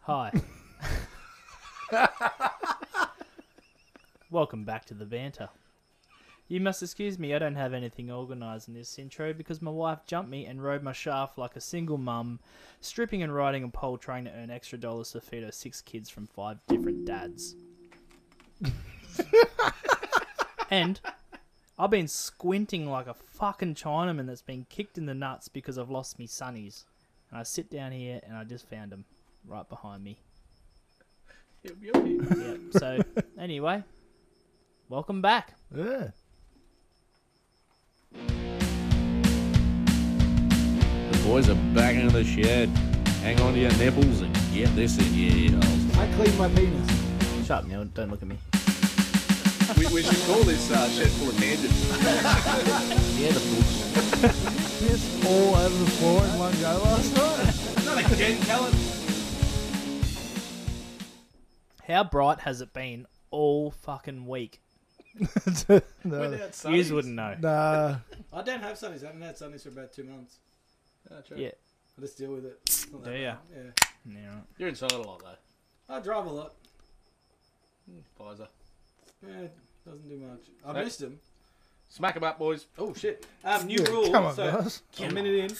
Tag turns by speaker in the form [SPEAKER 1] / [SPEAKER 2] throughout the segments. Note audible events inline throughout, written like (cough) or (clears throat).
[SPEAKER 1] Hi. Welcome back to the banter. You must excuse me, I don't have anything organised in this intro because my wife jumped me and rode my shaft like a single mum, stripping and riding a pole trying to earn extra dollars to feed her six kids from five different dads. and I've been squinting like a fucking Chinaman that's been kicked in the nuts because I've lost me sunnies. And I sit down here and I just found them right behind me.
[SPEAKER 2] Yep, yep, yep.
[SPEAKER 1] Yep.
[SPEAKER 3] (laughs)
[SPEAKER 1] So anyway, welcome back.
[SPEAKER 3] Yeah.
[SPEAKER 2] The boys are back into the shed. Hang on to your nipples and get this in your ear holes.
[SPEAKER 3] I clean my penis.
[SPEAKER 1] Shut up, Neil. Don't look at me.
[SPEAKER 4] We, we should call this uh, shed full of tangents.
[SPEAKER 2] (laughs) Yeah, the boots.
[SPEAKER 3] Piss all over the floor in one go last night.
[SPEAKER 1] (laughs)
[SPEAKER 4] Not again, Kellen.
[SPEAKER 1] How bright has it been all fucking
[SPEAKER 3] (laughs)
[SPEAKER 1] week?
[SPEAKER 3] no.
[SPEAKER 1] Yous wouldn't know.
[SPEAKER 3] Nah.
[SPEAKER 5] I don't have sunnies. I haven't had sunnies for about two months.
[SPEAKER 1] Yeah.
[SPEAKER 5] I just deal with it. It's not that
[SPEAKER 1] Do ya?
[SPEAKER 5] bad. Yeah.
[SPEAKER 1] Yeah, right.
[SPEAKER 2] You're inside a lot though.
[SPEAKER 5] I drive a lot.
[SPEAKER 2] Pfizer.
[SPEAKER 5] Yeah, doesn't do much. I
[SPEAKER 2] Right.
[SPEAKER 5] missed them.
[SPEAKER 2] Smack 'em up, boys.
[SPEAKER 5] Oh shit! Um, new
[SPEAKER 3] Yeah,
[SPEAKER 5] rule.
[SPEAKER 3] come on,
[SPEAKER 5] so
[SPEAKER 3] guys.
[SPEAKER 5] a minute in.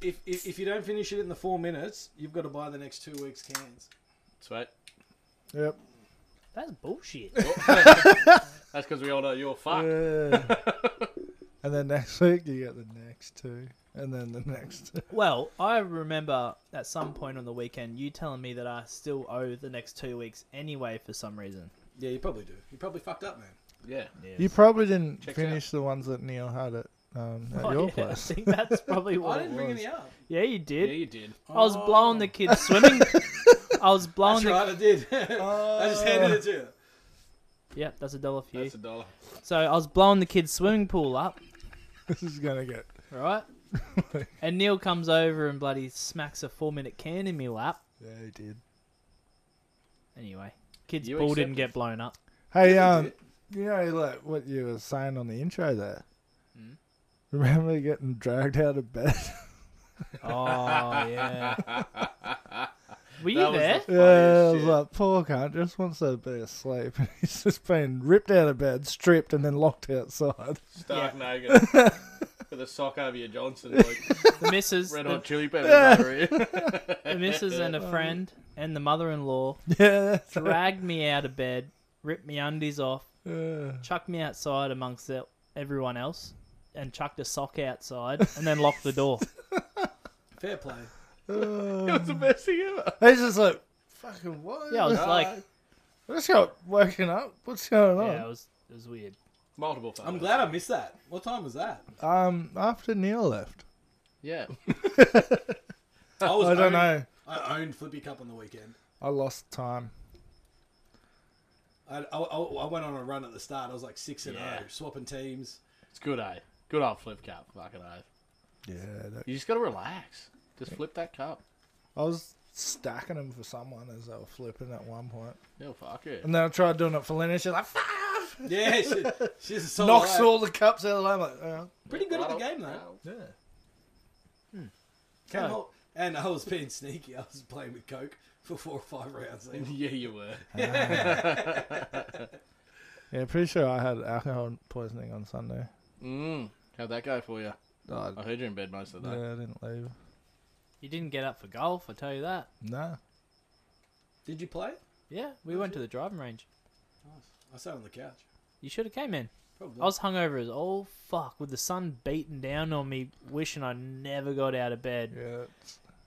[SPEAKER 5] If, if if you don't finish it in the four minutes, you've got to buy the next two weeks cans.
[SPEAKER 2] Sweet.
[SPEAKER 3] Yep.
[SPEAKER 1] That's bullshit. (laughs)
[SPEAKER 2] That's because we all know you're fucked.
[SPEAKER 3] (laughs) Yeah. and then next week you get the next two. And then the next two.
[SPEAKER 1] well, I remember at some point on the weekend you telling me that I still owe the next two weeks anyway for some reason.
[SPEAKER 5] Yeah, you probably do. You probably fucked up, man.
[SPEAKER 2] Yeah.
[SPEAKER 3] You probably didn't
[SPEAKER 2] Checks
[SPEAKER 3] finish the ones that Neil had at, um, at
[SPEAKER 1] Oh,
[SPEAKER 3] your
[SPEAKER 1] yeah,
[SPEAKER 3] place. (laughs)
[SPEAKER 1] I think that's probably what
[SPEAKER 5] I
[SPEAKER 1] it
[SPEAKER 5] didn't bring
[SPEAKER 1] was.
[SPEAKER 5] any up.
[SPEAKER 1] Yeah, you
[SPEAKER 2] Yeah,
[SPEAKER 1] did.
[SPEAKER 2] you did.
[SPEAKER 1] I was blowing the
[SPEAKER 3] (laughs)
[SPEAKER 1] kids swimming. I was blowing
[SPEAKER 5] That's
[SPEAKER 1] the.
[SPEAKER 5] right, I did. (laughs) I just handed it to you.
[SPEAKER 1] Yeah, that's a dollar for you.
[SPEAKER 2] That's a dollar.
[SPEAKER 1] So I was blowing the kids' swimming pool up.
[SPEAKER 3] this is going to get.
[SPEAKER 1] right? and Neil comes over and bloody smacks a four minute can in me lap.
[SPEAKER 3] Yeah, he did.
[SPEAKER 1] Anyway, kid's
[SPEAKER 2] You
[SPEAKER 1] pool didn't
[SPEAKER 2] accepted.
[SPEAKER 1] get blown
[SPEAKER 2] (laughs)
[SPEAKER 1] up.
[SPEAKER 3] Hey, um, you know, like what you were saying on the intro there. Hmm? Remember getting dragged out of (laughs) bed?
[SPEAKER 1] Oh
[SPEAKER 2] (laughs)
[SPEAKER 1] yeah. Were you
[SPEAKER 2] That was
[SPEAKER 1] there?
[SPEAKER 2] the-
[SPEAKER 3] yeah, I was
[SPEAKER 2] shit.
[SPEAKER 3] like, poor cunt, just wants to be asleep. (laughs) And he's just been ripped out of bed, stripped, and then locked outside. (laughs)
[SPEAKER 5] (laughs)
[SPEAKER 2] Stark naked. With a sock over your Johnson, like
[SPEAKER 5] (laughs)
[SPEAKER 1] The, missus,
[SPEAKER 2] (laughs) red
[SPEAKER 1] the,
[SPEAKER 2] hot chili peppers over here.
[SPEAKER 1] the missus, and a friend, and the mother-in-law
[SPEAKER 3] Yeah, (laughs) that's
[SPEAKER 1] dragged me out of bed, ripped me undies off,
[SPEAKER 3] uh, (laughs)
[SPEAKER 1] chucked me outside amongst the, everyone else, and chucked a sock outside, and then locked the door.
[SPEAKER 5] Fair play.
[SPEAKER 2] That's the best thing ever.
[SPEAKER 3] He's just like, fucking what?
[SPEAKER 1] Yeah, I was like,
[SPEAKER 3] I just got woken up. What's going on?
[SPEAKER 1] yeah, it was it was weird.
[SPEAKER 2] Multiple photos.
[SPEAKER 5] I'm glad I missed that. What time was that?
[SPEAKER 3] Um, after Neil left,
[SPEAKER 2] Yeah.
[SPEAKER 5] I was.
[SPEAKER 3] I don't
[SPEAKER 5] owned-
[SPEAKER 3] know.
[SPEAKER 5] I owned Flippy Cup on the weekend.
[SPEAKER 3] I lost time.
[SPEAKER 5] I, I, I I went on a run at the start. I was like six and
[SPEAKER 2] Yeah.
[SPEAKER 5] zero, swapping teams.
[SPEAKER 2] It's good, eh? Good old flip cup. Fucking oath.
[SPEAKER 3] Yeah, that,
[SPEAKER 2] You just gotta relax. Just flip that cup.
[SPEAKER 3] I was stacking them for someone as they were flipping at one point,
[SPEAKER 2] Yeah, fuck it.
[SPEAKER 3] and then I tried doing it for Lena. She's like, fuck,
[SPEAKER 5] Yeah, she, she's a solid.
[SPEAKER 3] knocks
[SPEAKER 5] eight.
[SPEAKER 3] all the cups out of the way. I'm like, "Oh,
[SPEAKER 5] Pretty good at the
[SPEAKER 2] Right
[SPEAKER 5] game
[SPEAKER 2] up.
[SPEAKER 5] though.
[SPEAKER 3] yeah,
[SPEAKER 5] Came
[SPEAKER 1] Oh.
[SPEAKER 5] home, and I was being sneaky. I was playing with Coke for four or five rounds. even.
[SPEAKER 2] (laughs) Yeah, you were.
[SPEAKER 3] yeah. Pretty sure I had alcohol poisoning on Sunday.
[SPEAKER 2] Mm. How'd that go for you?
[SPEAKER 3] Oh,
[SPEAKER 2] I heard you're in bed most of the
[SPEAKER 3] yeah, I
[SPEAKER 2] day.
[SPEAKER 3] didn't leave.
[SPEAKER 1] You didn't get up for golf, I tell you that.
[SPEAKER 3] No,
[SPEAKER 5] Did you play?
[SPEAKER 1] Yeah, we went to the driving range.
[SPEAKER 5] I sat on the couch.
[SPEAKER 1] You should have came in.
[SPEAKER 5] Probably.
[SPEAKER 1] I was hungover as all fuck with the sun beating down on me, wishing I never got out of bed.
[SPEAKER 3] yeah,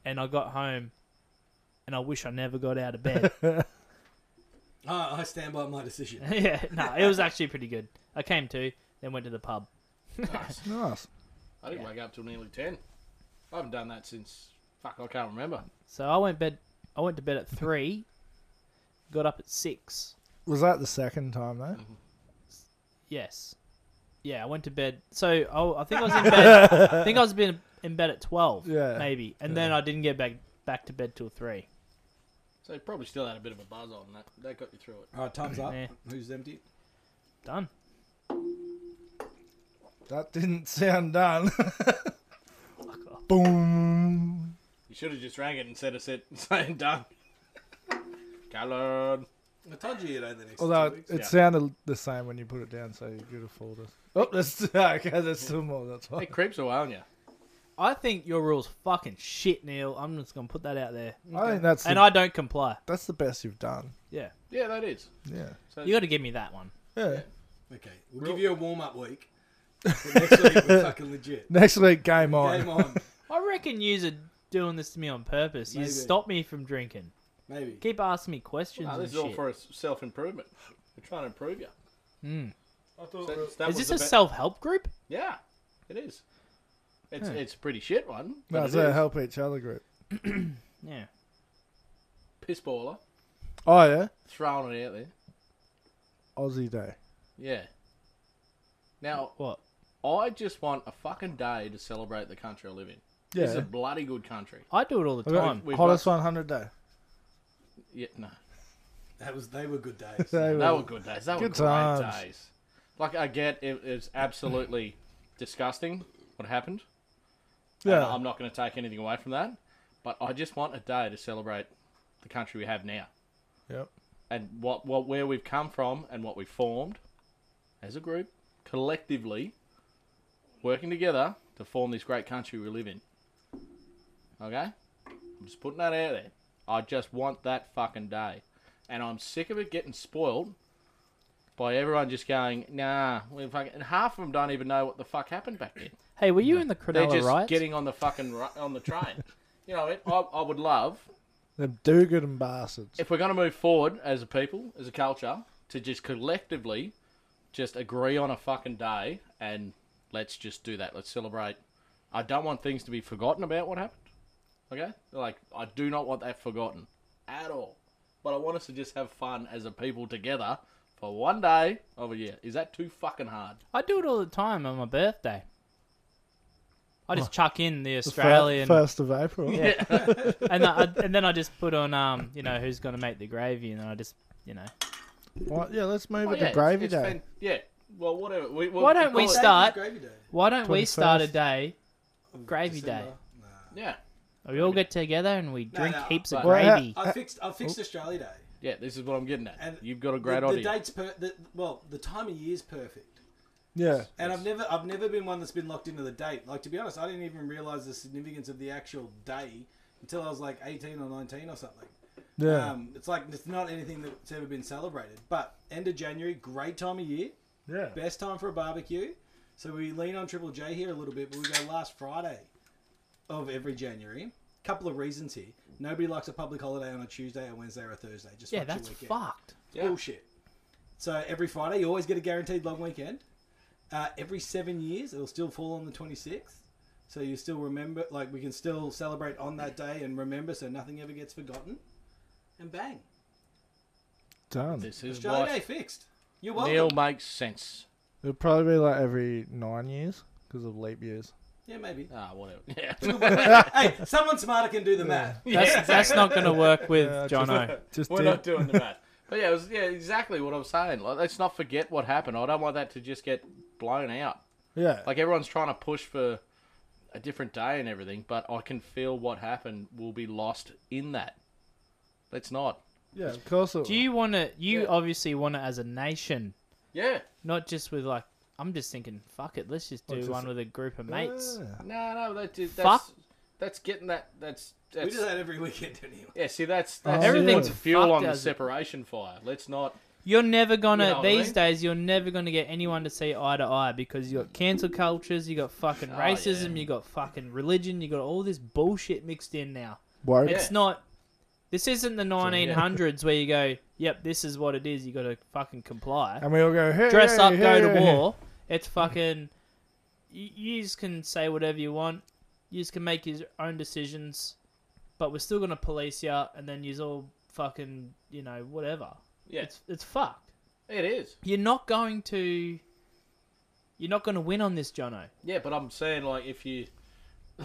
[SPEAKER 1] And I got home, and I wish I never got out of bed.
[SPEAKER 5] Ah, I stand by my decision.
[SPEAKER 1] (laughs) yeah, no, it was actually pretty good. I came to, then went to the pub. (laughs)
[SPEAKER 3] nice.
[SPEAKER 2] I didn't wake up till nearly ten. I haven't done that since. Fuck, I can't remember.
[SPEAKER 1] So I went bed. I went to bed at three. got up at six.
[SPEAKER 3] Was that the second time though?
[SPEAKER 1] Yes. Yeah, I went to bed. So I, I think I was in bed. I think I was been in bed at twelve.
[SPEAKER 3] Yeah,
[SPEAKER 1] maybe. And then I didn't get back back to bed till three.
[SPEAKER 2] So you probably still had a bit of a buzz on that. That got you through it.
[SPEAKER 5] All right, time's up.
[SPEAKER 1] Yeah.
[SPEAKER 5] Who's empty?
[SPEAKER 1] Done.
[SPEAKER 3] That didn't (laughs) sound done. Boom.
[SPEAKER 2] You should have just rang it instead of said, (laughs) saying done. Callum.
[SPEAKER 5] I told you you'd own the next
[SPEAKER 3] Although
[SPEAKER 5] two
[SPEAKER 3] it,
[SPEAKER 5] weeks.
[SPEAKER 3] it
[SPEAKER 2] Yeah.
[SPEAKER 3] sounded the same when you put it down, so you could have fooled us. Oh, that's (laughs) okay. There's still more. That's why.
[SPEAKER 2] It creeps away on you.
[SPEAKER 1] I think your rule's fucking shit, Neil. I'm just gonna put that out there.
[SPEAKER 3] I think that's
[SPEAKER 1] And
[SPEAKER 3] the,
[SPEAKER 1] I don't comply.
[SPEAKER 3] that's the best you've done.
[SPEAKER 1] Yeah.
[SPEAKER 2] Yeah, that is.
[SPEAKER 3] Yeah.
[SPEAKER 2] So
[SPEAKER 1] You gotta give me that one.
[SPEAKER 3] Yeah.
[SPEAKER 5] Okay, we'll give you a warm up week. But next week we're fucking legit.
[SPEAKER 3] Next week, game on.
[SPEAKER 5] Game on,
[SPEAKER 1] I reckon yous are doing this to me on purpose. You
[SPEAKER 5] Maybe.
[SPEAKER 1] stop me from drinking.
[SPEAKER 5] maybe.
[SPEAKER 1] Keep asking me questions
[SPEAKER 2] No,
[SPEAKER 1] and
[SPEAKER 2] this is
[SPEAKER 1] shit.
[SPEAKER 2] all for a self improvement. We're trying to improve you.
[SPEAKER 5] I
[SPEAKER 2] So
[SPEAKER 5] thought
[SPEAKER 2] that
[SPEAKER 1] is
[SPEAKER 2] was
[SPEAKER 1] this
[SPEAKER 2] the
[SPEAKER 1] a
[SPEAKER 2] be-
[SPEAKER 1] self help group?
[SPEAKER 2] Yeah, it is. It's
[SPEAKER 1] Huh.
[SPEAKER 2] it's a pretty shit one. But
[SPEAKER 3] No,
[SPEAKER 2] it
[SPEAKER 3] it's a
[SPEAKER 2] is.
[SPEAKER 3] help each other group.
[SPEAKER 1] Yeah.
[SPEAKER 2] Piss baller.
[SPEAKER 3] Oh yeah,
[SPEAKER 2] Throwing it out there.
[SPEAKER 3] Aussie Day.
[SPEAKER 2] Yeah. Now
[SPEAKER 1] What?
[SPEAKER 2] I just want a fucking day to celebrate the country I live in. This is a
[SPEAKER 3] Yeah.
[SPEAKER 2] bloody good country.
[SPEAKER 1] I do it all the
[SPEAKER 3] I've got
[SPEAKER 1] time.
[SPEAKER 2] We've
[SPEAKER 3] hottest 100 day.
[SPEAKER 2] Yeah, no.
[SPEAKER 5] that was they were good days.
[SPEAKER 3] They
[SPEAKER 2] They
[SPEAKER 3] were-
[SPEAKER 2] were good days. They were
[SPEAKER 3] Good
[SPEAKER 2] great
[SPEAKER 3] times.
[SPEAKER 2] days. Like I get it, it's absolutely (laughs) disgusting what happened. Yeah.
[SPEAKER 3] Yeah.
[SPEAKER 2] I'm not going to take anything away from that, but I just want a day to celebrate the country we have now
[SPEAKER 3] Yep.
[SPEAKER 2] and what what where we've come from and what we formed as a group collectively working together to form this great country we live in. Okay? I'm just putting that out there. I just want that fucking day. And I'm sick of it getting spoiled by everyone just going, nah, we fucking and half of them don't even know what the fuck happened back then.
[SPEAKER 1] hey, were you in the
[SPEAKER 2] They're
[SPEAKER 1] Cronulla
[SPEAKER 2] just
[SPEAKER 1] riots?
[SPEAKER 2] getting on the fucking ri- on the train. you know, it, I, I would love
[SPEAKER 3] Them do good and bastards.
[SPEAKER 2] if we're going to move forward as a people, as a culture, to just collectively just agree on a fucking day and let's just do that. Let's celebrate. I don't want things to be forgotten about what happened. Okay? Like, I do not want that forgotten at all. But I want us to just have fun as a people together for one day of a year. Is that too fucking hard?
[SPEAKER 1] I do it all the time on my birthday. I just chuck in the
[SPEAKER 3] The fir-
[SPEAKER 1] Australian,
[SPEAKER 3] First of April. (laughs)
[SPEAKER 1] yeah, (laughs) and, I, and then I just put on, um, you know, who's gonna make the gravy, and then I just, you know,
[SPEAKER 3] Why- yeah. Let's move
[SPEAKER 2] Oh,
[SPEAKER 3] it
[SPEAKER 2] yeah,
[SPEAKER 3] to
[SPEAKER 2] it's-
[SPEAKER 3] Gravy
[SPEAKER 2] it's
[SPEAKER 3] Day.
[SPEAKER 2] fan- yeah. Well, whatever. We, we,
[SPEAKER 1] Why don't we
[SPEAKER 2] call it-
[SPEAKER 1] start- Start.
[SPEAKER 5] Gravy day.
[SPEAKER 1] why don't we start a
[SPEAKER 3] 21st.
[SPEAKER 1] day?
[SPEAKER 5] of
[SPEAKER 1] Gravy
[SPEAKER 5] December.
[SPEAKER 1] day.
[SPEAKER 5] Nah.
[SPEAKER 2] Yeah.
[SPEAKER 1] We all get together and we drink
[SPEAKER 5] no,
[SPEAKER 1] heaps of
[SPEAKER 2] but-
[SPEAKER 3] Well,
[SPEAKER 1] gravy.
[SPEAKER 5] I fixed. I fixed Australia Day.
[SPEAKER 2] Yeah, this is what I'm getting at.
[SPEAKER 5] And
[SPEAKER 2] You've got a great
[SPEAKER 5] the, the
[SPEAKER 2] audience.
[SPEAKER 5] dates per. The, well, the time of year's perfect.
[SPEAKER 3] Yeah.
[SPEAKER 5] And I've never, I've never been one that's been locked into the date. Like to be honest, I didn't even realize the significance of the actual day until I was like eighteen or nineteen or something.
[SPEAKER 3] Yeah.
[SPEAKER 5] Um, it's like it's not anything that's ever been celebrated. But end of January, great time of year,
[SPEAKER 3] yeah.
[SPEAKER 5] best time for a barbecue. So we lean on Triple J here a little bit, but we go last Friday of every January. Couple of reasons here. Nobody likes a public holiday on a Tuesday, a Wednesday, or a Thursday. Just
[SPEAKER 1] yeah,
[SPEAKER 5] fucks your
[SPEAKER 1] that's
[SPEAKER 5] weekend.
[SPEAKER 1] fucked.
[SPEAKER 2] Yeah.
[SPEAKER 5] Bullshit. So every Friday, you always get a guaranteed long weekend. Uh, every seven years, it'll still fall on the 26th. So you still remember, like, we can still celebrate on that day and remember so nothing ever gets forgotten. And bang.
[SPEAKER 3] Done.
[SPEAKER 2] This is
[SPEAKER 5] Australia Day
[SPEAKER 2] what
[SPEAKER 5] fixed. You're welcome.
[SPEAKER 2] Neil makes sense.
[SPEAKER 3] It'll probably be like every nine years because of leap years.
[SPEAKER 2] (laughs)
[SPEAKER 5] Yeah, maybe.
[SPEAKER 2] Ah, whatever. Yeah. (laughs)
[SPEAKER 5] hey, someone smarter can do the math.
[SPEAKER 1] That's, that's not going to work with
[SPEAKER 3] Yeah, just-
[SPEAKER 1] Jono.
[SPEAKER 3] Just
[SPEAKER 2] (laughs) We're
[SPEAKER 3] do
[SPEAKER 2] not
[SPEAKER 3] it.
[SPEAKER 2] doing the math. But yeah, it was, yeah, exactly what I'm saying. Like, let's not forget what happened. I don't want that to just get blown out.
[SPEAKER 3] Yeah.
[SPEAKER 2] Like everyone's trying to push for a different day and everything, but I can feel what happened will be lost in that. Let's not.
[SPEAKER 3] yeah. Of course. It
[SPEAKER 1] Do you want to? You
[SPEAKER 2] Yeah.
[SPEAKER 1] obviously want it as a nation,
[SPEAKER 2] Yeah.
[SPEAKER 1] not just with like. I'm just thinking, fuck it, let's just do
[SPEAKER 3] just-
[SPEAKER 1] one with a group of mates.
[SPEAKER 2] No, no, that, that's
[SPEAKER 1] Fuck.
[SPEAKER 2] that's getting that that's
[SPEAKER 5] We
[SPEAKER 2] that's
[SPEAKER 5] do that every weekend, don't you?
[SPEAKER 2] yeah. See, that's, that's
[SPEAKER 1] Everything's
[SPEAKER 2] puts fuel
[SPEAKER 1] fucked
[SPEAKER 2] on the
[SPEAKER 1] as it-
[SPEAKER 2] separation fire. Let's not.
[SPEAKER 1] You're never gonna
[SPEAKER 2] You know what I
[SPEAKER 1] these
[SPEAKER 2] mean?
[SPEAKER 1] days. You're never gonna get anyone to see eye to eye because you got cancel cultures, you got fucking
[SPEAKER 2] Oh,
[SPEAKER 1] racism,
[SPEAKER 2] yeah.
[SPEAKER 1] you got fucking religion, you got all this bullshit mixed in now.
[SPEAKER 3] Woke.
[SPEAKER 2] Yeah.
[SPEAKER 1] It's not. This isn't the 1900s where you go, yep, this is what it is. You got to fucking comply.
[SPEAKER 3] And we all go. Hey,
[SPEAKER 1] dress
[SPEAKER 3] hey,
[SPEAKER 1] up,
[SPEAKER 3] hey,
[SPEAKER 1] go to
[SPEAKER 3] hey, hey."
[SPEAKER 1] war. It's fucking. You just can say whatever you want. You can make your own decisions, but we're still gonna police you, and then you's all fucking, you know, whatever.
[SPEAKER 2] Yeah,
[SPEAKER 1] It's it's fucked.
[SPEAKER 2] it is.
[SPEAKER 1] You're not going to. You're not going to win on this, Jono.
[SPEAKER 2] Yeah, but I'm saying like if you (laughs)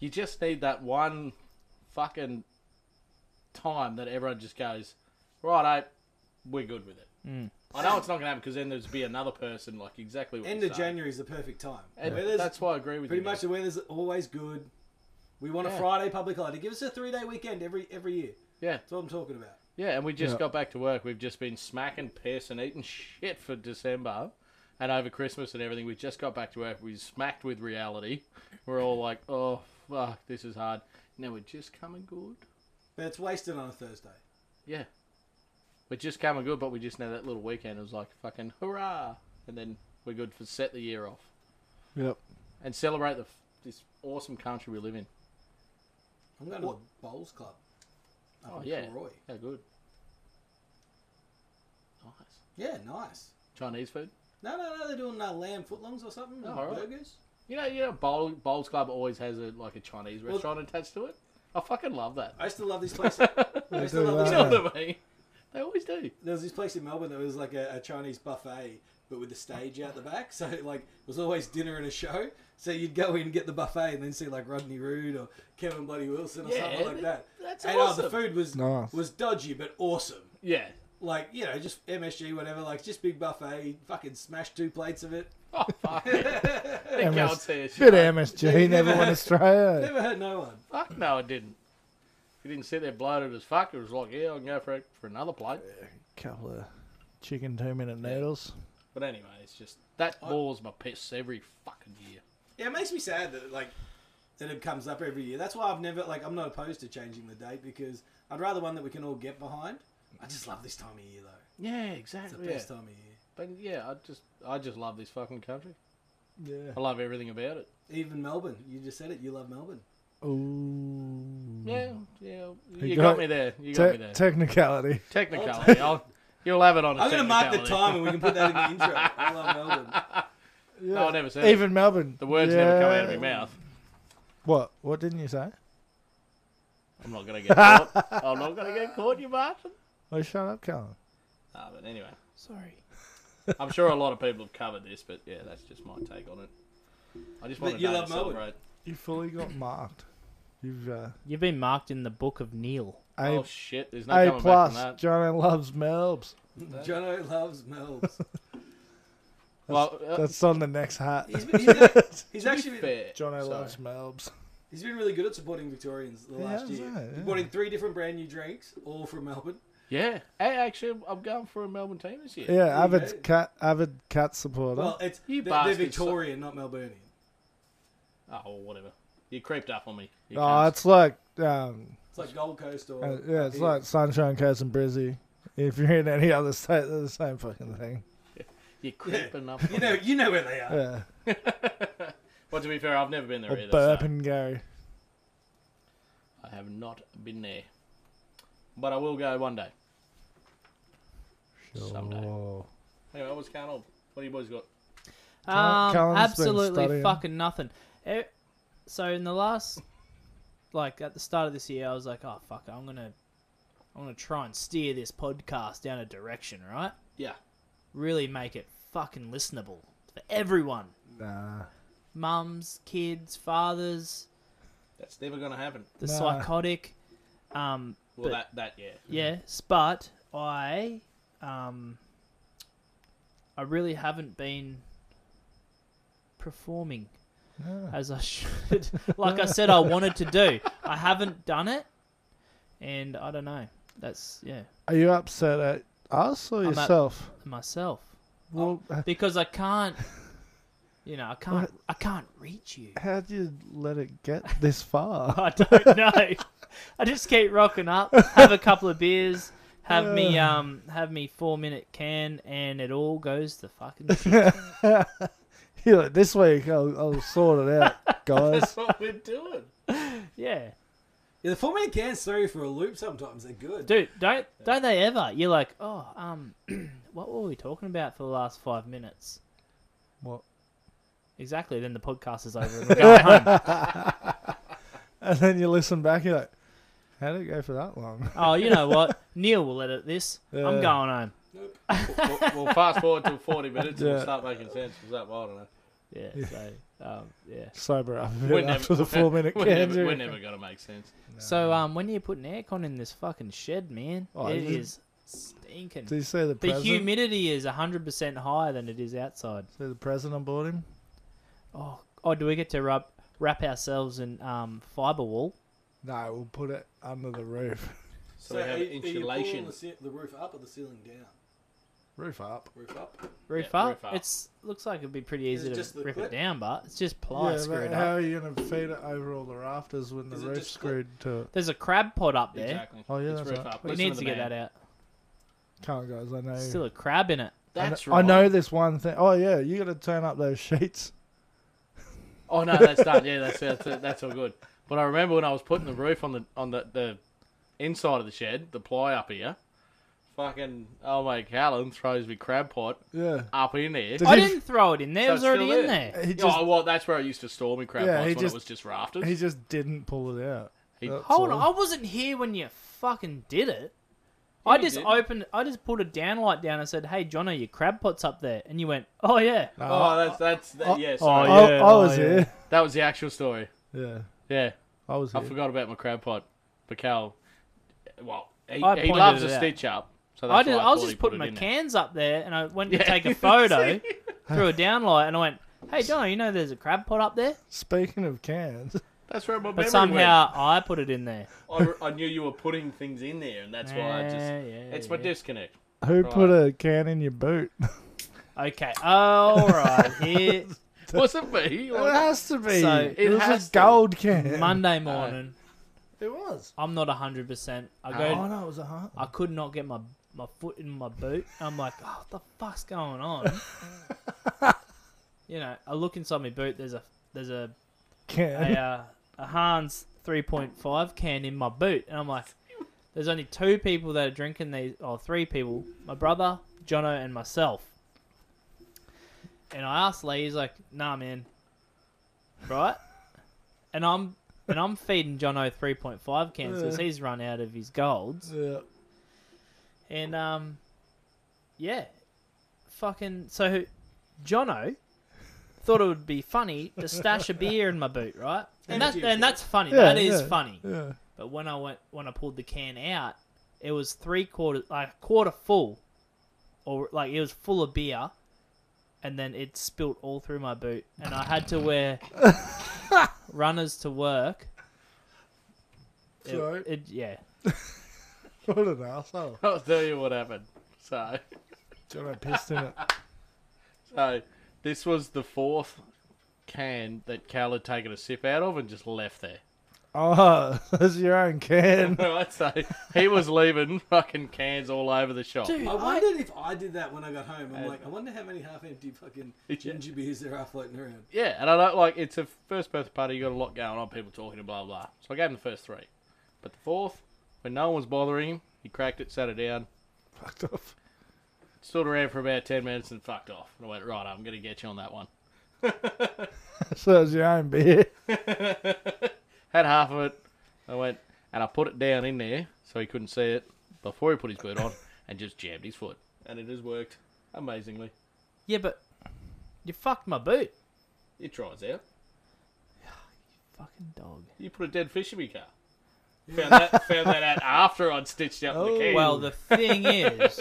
[SPEAKER 2] you just need that one fucking time that everyone just goes, right, eh, we're good with it. I know it's not gonna happen because then there's be another person like exactly what
[SPEAKER 5] End
[SPEAKER 2] you
[SPEAKER 5] of
[SPEAKER 2] say.
[SPEAKER 5] January is the perfect time.
[SPEAKER 2] And
[SPEAKER 5] Weather's-
[SPEAKER 2] that's why I agree with
[SPEAKER 5] pretty
[SPEAKER 2] you.
[SPEAKER 5] much the weather's always good. We want
[SPEAKER 2] Yeah.
[SPEAKER 5] a Friday public holiday. Give us a three day weekend every every year.
[SPEAKER 2] Yeah,
[SPEAKER 5] That's what I'm talking about.
[SPEAKER 2] Yeah, and we just
[SPEAKER 3] Yeah.
[SPEAKER 2] got back to work. We've just been smacking piss and eating shit for December and over Christmas and everything. We just got back to work. We smacked with reality. We're all like, oh, fuck, this is hard. Now we're just coming good.
[SPEAKER 5] But it's wasted on a Thursday.
[SPEAKER 2] Yeah. We're just coming good, but we just know that little weekend was like fucking hurrah. And then we're good for set the year off
[SPEAKER 3] Yep.
[SPEAKER 2] and celebrate the, f- this awesome country we live in.
[SPEAKER 5] I'm going to the bowls club. Up
[SPEAKER 2] Oh,
[SPEAKER 5] in
[SPEAKER 2] yeah.
[SPEAKER 5] Kilroy.
[SPEAKER 2] How good. Nice.
[SPEAKER 5] Yeah, nice.
[SPEAKER 2] Chinese food.
[SPEAKER 5] No, no, no. They're doing uh, lamb footlongs or something. and
[SPEAKER 2] Oh, all right.
[SPEAKER 5] Burgers.
[SPEAKER 2] You know, you know, Bowl, Bowls Club always has a like a Chinese
[SPEAKER 5] Well-
[SPEAKER 2] restaurant attached to it. I fucking love
[SPEAKER 5] (laughs)
[SPEAKER 2] that. (laughs)
[SPEAKER 5] I used to love this place. I used to love this
[SPEAKER 2] You
[SPEAKER 3] Yeah.
[SPEAKER 2] know what I mean? They always do.
[SPEAKER 5] there was this place in Melbourne that was like a, a Chinese buffet, but with a stage out the back. (laughs) So like it was always dinner and a show. So you'd go in and get the buffet and then see like Rodney Roode or Kevin Bloody Wilson or
[SPEAKER 2] Yeah,
[SPEAKER 5] something like
[SPEAKER 2] that-
[SPEAKER 5] that.
[SPEAKER 2] that's
[SPEAKER 5] and oh, the
[SPEAKER 2] awesome.
[SPEAKER 5] food was
[SPEAKER 3] Nice.
[SPEAKER 5] was dodgy but awesome.
[SPEAKER 2] Yeah.
[SPEAKER 5] Like you know, just MSG, whatever. Like just big buffet. Fucking smash two plates of it.
[SPEAKER 2] Oh
[SPEAKER 5] (laughs)
[SPEAKER 2] fuck. it. they
[SPEAKER 3] MS
[SPEAKER 2] can't say a
[SPEAKER 3] Bit
[SPEAKER 2] shit.
[SPEAKER 3] of MSG, never won
[SPEAKER 2] (laughs)
[SPEAKER 3] Australia.
[SPEAKER 5] Never hurt no one.
[SPEAKER 2] Fuck no, it didn't. You didn't sit there bloated as fuck. It was like, yeah, I can go for it for another plate.
[SPEAKER 3] Couple of chicken two minute noodles.
[SPEAKER 2] But anyway, it's just that bores my piss every fucking year.
[SPEAKER 5] Yeah, it makes me sad that like that it comes up every year. That's why I've never like I'm not opposed to changing the date because I'd rather one that we can all get behind. I just love this time of year though.
[SPEAKER 2] Yeah,
[SPEAKER 5] It's
[SPEAKER 2] exactly.
[SPEAKER 5] the
[SPEAKER 2] Yeah.
[SPEAKER 5] best time of year.
[SPEAKER 2] But yeah, I just I just love this fucking country.
[SPEAKER 3] Yeah.
[SPEAKER 2] I love everything about it.
[SPEAKER 5] Even Melbourne, you just said it. You love Melbourne. Mm.
[SPEAKER 3] Ooh.
[SPEAKER 2] Yeah, yeah. You,
[SPEAKER 3] You
[SPEAKER 2] got,
[SPEAKER 3] got-
[SPEAKER 2] me there. You got
[SPEAKER 3] Te-
[SPEAKER 2] me there.
[SPEAKER 3] technicality.
[SPEAKER 5] I'll
[SPEAKER 2] Technicality.
[SPEAKER 5] take it.
[SPEAKER 2] I'll, you'll have it on. a
[SPEAKER 5] I'm going to mark the
[SPEAKER 2] technicality.
[SPEAKER 5] time and we can put that in the
[SPEAKER 2] (laughs)
[SPEAKER 5] intro. I love Melbourne.
[SPEAKER 3] (laughs)
[SPEAKER 2] No, I never said it.
[SPEAKER 3] Even Melbourne.
[SPEAKER 2] The words never come out of
[SPEAKER 3] Yeah.
[SPEAKER 2] my mouth.
[SPEAKER 3] What? What didn't you say?
[SPEAKER 2] I'm not gonna get caught.
[SPEAKER 3] (laughs)
[SPEAKER 2] I'm not gonna get caught, you bastard.
[SPEAKER 3] Oh, shut up, Colin.
[SPEAKER 2] Ah, but anyway,
[SPEAKER 1] Sorry.
[SPEAKER 2] I'm sure a lot of people have covered this, but yeah, that's just my take on it. I just
[SPEAKER 5] But
[SPEAKER 2] want to
[SPEAKER 5] you love Melbourne.
[SPEAKER 2] celebrate.
[SPEAKER 3] You fully got marked. You've uh,
[SPEAKER 1] You've been marked in the book of Neil.
[SPEAKER 3] A,
[SPEAKER 2] oh shit, there's no
[SPEAKER 3] a
[SPEAKER 2] coming back
[SPEAKER 3] plus.
[SPEAKER 2] from
[SPEAKER 3] Johnny loves Melbs.
[SPEAKER 5] Jono loves Melbs.
[SPEAKER 2] that. Well, uh,
[SPEAKER 3] That's on the next hat.
[SPEAKER 5] He's, been,
[SPEAKER 3] (laughs)
[SPEAKER 5] he's, he's
[SPEAKER 2] to
[SPEAKER 5] actually
[SPEAKER 2] be fair,
[SPEAKER 5] been,
[SPEAKER 3] Johnny
[SPEAKER 2] sorry.
[SPEAKER 3] loves Melbs.
[SPEAKER 5] he's been really good at supporting Victorians the
[SPEAKER 3] Yeah,
[SPEAKER 5] last
[SPEAKER 3] that's
[SPEAKER 5] year.
[SPEAKER 3] right, yeah.
[SPEAKER 5] He bought in three different brand new drinks, all from Melbourne.
[SPEAKER 2] Yeah, hey, actually, I'm going for a Melbourne team this year.
[SPEAKER 3] Yeah,
[SPEAKER 5] you
[SPEAKER 3] avid
[SPEAKER 5] go.
[SPEAKER 3] cat, avid cat supporter.
[SPEAKER 5] Well, it's
[SPEAKER 2] You
[SPEAKER 5] they're, they're
[SPEAKER 2] bastards.
[SPEAKER 5] Victorian, not Melbourneian.
[SPEAKER 2] Oh, well, whatever. You creeped up on me. You
[SPEAKER 3] oh,
[SPEAKER 2] cunts.
[SPEAKER 3] it's like um,
[SPEAKER 5] It's like Gold Coast or
[SPEAKER 3] uh, yeah, it's
[SPEAKER 5] Yeah.
[SPEAKER 3] like Sunshine Coast and Brizzy. If you're in any other state, they're the same fucking thing.
[SPEAKER 2] you're creeping up.
[SPEAKER 5] (laughs) you know you know where they are.
[SPEAKER 3] Yeah,
[SPEAKER 2] Well, to be fair, I've never been there
[SPEAKER 3] or
[SPEAKER 2] Uh, either. so-
[SPEAKER 3] burp and go.
[SPEAKER 2] I have not been there. But I will go one day. Someday.
[SPEAKER 3] Sure.
[SPEAKER 2] Anyway, what's going on? What do you boys got?
[SPEAKER 3] Cal-
[SPEAKER 1] Um,
[SPEAKER 3] Callum's been
[SPEAKER 1] absolutely
[SPEAKER 3] studying.
[SPEAKER 1] fucking nothing. E- So in the last, like at the start of this year, I was like, oh fuck, I'm gonna, I'm gonna try and steer this podcast down a direction, right?
[SPEAKER 2] Yeah.
[SPEAKER 1] Really make it fucking listenable for everyone,
[SPEAKER 3] Nah.
[SPEAKER 1] mums, kids, fathers,
[SPEAKER 2] That's never going to happen.
[SPEAKER 1] the
[SPEAKER 3] Nah.
[SPEAKER 1] psychotic. Um,
[SPEAKER 2] Well,
[SPEAKER 1] But-
[SPEAKER 2] that, that, yeah.
[SPEAKER 1] Yes, but I, um, I really haven't been performing as I should, (laughs) like I said I wanted to do. I haven't done it, and I don't know. That's yeah,
[SPEAKER 3] Are you upset at us or
[SPEAKER 1] I'm up-
[SPEAKER 3] yourself?
[SPEAKER 1] myself
[SPEAKER 2] Oh.
[SPEAKER 3] well, uh,
[SPEAKER 1] because I can't. You know, I can't. I can't reach you. (laughs)
[SPEAKER 3] how'd you let it get this far? (laughs)
[SPEAKER 1] I don't know. (laughs) I just keep rocking up, have a couple of beers, have me um, have me four minute can, and it all goes to fucking shit.
[SPEAKER 3] You're like, this week I'll, I'll sort it
[SPEAKER 2] (laughs)
[SPEAKER 3] out,
[SPEAKER 2] (laughs)
[SPEAKER 3] guys.
[SPEAKER 2] That's what we're doing.
[SPEAKER 1] yeah,
[SPEAKER 5] Yeah, the four minute cans throw you for a loop sometimes, they're good.
[SPEAKER 1] dude. Don't don't they ever? You're like, oh, um, (clears throat) what were we talking about for the last five minutes?
[SPEAKER 3] What?
[SPEAKER 1] Exactly. Then the podcast is over and we're going home.
[SPEAKER 3] And then you listen back, you're like, how did it go for that long? (laughs)
[SPEAKER 1] Oh, you know what? (laughs) Neil will edit this.
[SPEAKER 3] Yeah.
[SPEAKER 1] I'm going home.
[SPEAKER 5] Nope.
[SPEAKER 2] we'll, we'll fast forward till 40 minutes and
[SPEAKER 3] Yeah.
[SPEAKER 2] we'll start making sense. Was that well, I don't know.
[SPEAKER 1] Yeah. So, um,
[SPEAKER 3] (laughs)
[SPEAKER 1] yeah.
[SPEAKER 3] Sober up a bit
[SPEAKER 2] We're (laughs)
[SPEAKER 3] after the four minute
[SPEAKER 2] we're
[SPEAKER 3] cans.
[SPEAKER 2] never, we're never going to make sense.
[SPEAKER 1] So, um, when are you putting aircon in this fucking shed, man?
[SPEAKER 3] Oh,
[SPEAKER 1] it
[SPEAKER 3] is it-
[SPEAKER 1] is stinking.
[SPEAKER 3] Do you see the
[SPEAKER 1] The
[SPEAKER 3] president?
[SPEAKER 1] humidity is 100% higher than it is outside.
[SPEAKER 3] See the president aboard him?
[SPEAKER 1] Oh, oh do we get to rub, wrap ourselves in um, fibre wool?
[SPEAKER 3] No, we'll put it under the roof. (laughs)
[SPEAKER 2] So, we have
[SPEAKER 5] are you- are you pulling
[SPEAKER 2] insulation.
[SPEAKER 5] the, ce- the roof up or the ceiling down?
[SPEAKER 3] Roof up.
[SPEAKER 5] Roof up.
[SPEAKER 1] Roof
[SPEAKER 2] Yeah,
[SPEAKER 1] up.
[SPEAKER 2] roof up.
[SPEAKER 1] It's looks like it'd be pretty
[SPEAKER 5] Is it
[SPEAKER 1] easy
[SPEAKER 5] just
[SPEAKER 1] to
[SPEAKER 5] the
[SPEAKER 1] rip
[SPEAKER 5] clip?
[SPEAKER 1] it down, but it's just ply
[SPEAKER 3] yeah,
[SPEAKER 1] screwed up.
[SPEAKER 3] but how are you going to feed it over all the rafters when the
[SPEAKER 5] Is it
[SPEAKER 3] roof's
[SPEAKER 5] just clip-
[SPEAKER 3] screwed to it?
[SPEAKER 1] There's a crab pod up there.
[SPEAKER 2] Exactly.
[SPEAKER 3] Oh, yeah,
[SPEAKER 2] It's
[SPEAKER 3] that's
[SPEAKER 2] roof
[SPEAKER 3] right.
[SPEAKER 2] up.
[SPEAKER 1] We
[SPEAKER 2] Listen
[SPEAKER 1] need
[SPEAKER 2] the
[SPEAKER 1] to get
[SPEAKER 2] band.
[SPEAKER 1] that out.
[SPEAKER 3] Can't, guys. I know.
[SPEAKER 1] Still a crab in it.
[SPEAKER 3] I kn-
[SPEAKER 2] That's
[SPEAKER 3] I
[SPEAKER 2] right.
[SPEAKER 3] know this one thing. Oh yeah, you got to turn up those sheets.
[SPEAKER 2] Oh (laughs) no, that's done. Yeah, that's that's that's all good. But I remember when I was putting the roof on the on the, the inside of the shed, the ply up here. Fucking oh my, Callum throws me crab pot
[SPEAKER 3] Yeah.
[SPEAKER 2] up in there.
[SPEAKER 3] Did
[SPEAKER 1] I
[SPEAKER 3] he-
[SPEAKER 1] didn't throw it in there.
[SPEAKER 2] So
[SPEAKER 1] it was
[SPEAKER 2] it's still
[SPEAKER 1] already in
[SPEAKER 2] there.
[SPEAKER 1] there.
[SPEAKER 3] He
[SPEAKER 2] oh
[SPEAKER 3] just
[SPEAKER 2] well, that's where I used to store my crab
[SPEAKER 3] Yeah,
[SPEAKER 2] pots
[SPEAKER 3] he
[SPEAKER 2] when
[SPEAKER 3] just-
[SPEAKER 2] it was just rafters.
[SPEAKER 3] he just didn't pull it out.
[SPEAKER 2] He-
[SPEAKER 3] That's
[SPEAKER 1] Hold on,
[SPEAKER 3] all.
[SPEAKER 1] I wasn't here when you fucking did it. I
[SPEAKER 2] you
[SPEAKER 1] just
[SPEAKER 2] did.
[SPEAKER 1] opened. I just put a downlight down and said, "Hey, Jono, your crab pot's up there," and you went, "Oh yeah."
[SPEAKER 3] No,
[SPEAKER 2] oh, that's that's that, yeah. Sorry,
[SPEAKER 1] yeah,
[SPEAKER 3] I, I
[SPEAKER 1] oh,
[SPEAKER 3] was
[SPEAKER 1] yeah.
[SPEAKER 3] here.
[SPEAKER 2] that was the actual story.
[SPEAKER 3] Yeah,
[SPEAKER 2] Yeah,
[SPEAKER 3] I was
[SPEAKER 2] I
[SPEAKER 3] here.
[SPEAKER 2] forgot about my crab pot. But Cal, well, he,
[SPEAKER 1] I
[SPEAKER 2] he
[SPEAKER 1] pointed
[SPEAKER 2] loves
[SPEAKER 1] it
[SPEAKER 2] a
[SPEAKER 1] out.
[SPEAKER 2] stitch up. So that's
[SPEAKER 1] I, did,
[SPEAKER 2] why
[SPEAKER 1] I,
[SPEAKER 2] I
[SPEAKER 1] was
[SPEAKER 2] thought
[SPEAKER 1] just
[SPEAKER 2] he put
[SPEAKER 1] putting
[SPEAKER 2] it
[SPEAKER 1] my
[SPEAKER 2] in there.
[SPEAKER 1] cans up there, and I went to
[SPEAKER 2] Yeah. (laughs)
[SPEAKER 1] take a photo through a downlight, and I went, "Hey, Jono, you know there's a crab pot up there,"
[SPEAKER 3] Speaking of cans, (laughs)
[SPEAKER 2] That's where my
[SPEAKER 1] but
[SPEAKER 2] memory
[SPEAKER 1] somehow I put it in there. (laughs)
[SPEAKER 2] went. I, I knew you were putting things in there, and that's why I just.
[SPEAKER 1] Yeah, yeah,
[SPEAKER 2] It's my
[SPEAKER 1] yeah. (laughs)
[SPEAKER 2] disconnect.
[SPEAKER 3] who
[SPEAKER 2] Right.
[SPEAKER 3] put a can in your boot? it
[SPEAKER 1] Okay, all
[SPEAKER 2] (laughs)
[SPEAKER 1] right. Here,
[SPEAKER 2] Was it me? Like,
[SPEAKER 3] has to be.
[SPEAKER 1] So,
[SPEAKER 3] it,
[SPEAKER 2] it
[SPEAKER 3] was
[SPEAKER 2] has
[SPEAKER 3] a
[SPEAKER 2] to.
[SPEAKER 3] gold can.
[SPEAKER 1] Monday morning,
[SPEAKER 3] It was.
[SPEAKER 1] I'm not hundred percent. I go.
[SPEAKER 3] Oh no, it was a heart.
[SPEAKER 1] I could not get my my foot in my boot. I'm like, oh, what the fuck's going on? you know, I look inside my boot. There's a there's a a,
[SPEAKER 3] Can.
[SPEAKER 1] uh, a Hans 3.5 can in my boot, and I'm like, there's only two people that are drinking these, or three people: my brother, Jono, and myself. And I asked Lee, he's like, "Nah, man, right?" And I'm and I'm feeding Jono 3.5 cans because
[SPEAKER 3] Yeah.
[SPEAKER 1] he's run out of his golds.
[SPEAKER 3] (laughs) yeah.
[SPEAKER 1] And um, yeah, fucking so, Jono thought it would be funny to stash a beer in my boot, right? And that's
[SPEAKER 5] Energy, of
[SPEAKER 1] and that's funny.
[SPEAKER 3] Yeah,
[SPEAKER 1] that is
[SPEAKER 3] yeah,
[SPEAKER 1] funny.
[SPEAKER 3] Yeah.
[SPEAKER 1] But when I went when I pulled the can out, it was three quarters, like quarter full, or like it was full of beer, and then it spilt all through my boot, and I had to
[SPEAKER 3] (laughs)
[SPEAKER 1] wear runners to work. It-
[SPEAKER 3] Sorry.
[SPEAKER 1] it, yeah.
[SPEAKER 3] What an asshole.
[SPEAKER 2] (laughs) I'll tell you what happened. So,
[SPEAKER 3] Jono pissed in it.
[SPEAKER 2] so this was the fourth can that Cal had taken a sip out of and just left there. (laughs)
[SPEAKER 3] Oh, (laughs) that's your
[SPEAKER 1] (laughs)
[SPEAKER 3] own can.
[SPEAKER 2] Right, so he was leaving fucking cans all over the shop.
[SPEAKER 1] Dude,
[SPEAKER 5] I
[SPEAKER 1] I-
[SPEAKER 5] wondered if I did that when I got home. I'm
[SPEAKER 2] Uh,
[SPEAKER 5] like, I wonder how many half-empty fucking
[SPEAKER 2] (laughs) Yeah.
[SPEAKER 5] ginger beers there are floating around.
[SPEAKER 2] Yeah, and I don't like it's a first birthday party. You got a lot going on, people talking and blah blah. So I gave him the first three, but the fourth, when no one was bothering him, he cracked it, sat it down,
[SPEAKER 3] Fucked off.
[SPEAKER 2] stood around for about ten minutes, and fucked off. And I went, right, I'm gonna get you on that one.
[SPEAKER 3] So it's your own beer.
[SPEAKER 2] Had half of it. I went and I put it down in there so he couldn't see it before he put his boot
[SPEAKER 3] (laughs)
[SPEAKER 2] on, and just jammed his foot, and it has worked amazingly.
[SPEAKER 1] yeah, but you fucked my boot.
[SPEAKER 2] It tries out.
[SPEAKER 1] Fucking dog.
[SPEAKER 2] You put a dead fish in my car. Found that found that
[SPEAKER 3] (laughs)
[SPEAKER 2] out after I'd stitched up
[SPEAKER 3] Oh,
[SPEAKER 2] the can.
[SPEAKER 1] Well, the thing is,
[SPEAKER 3] (laughs)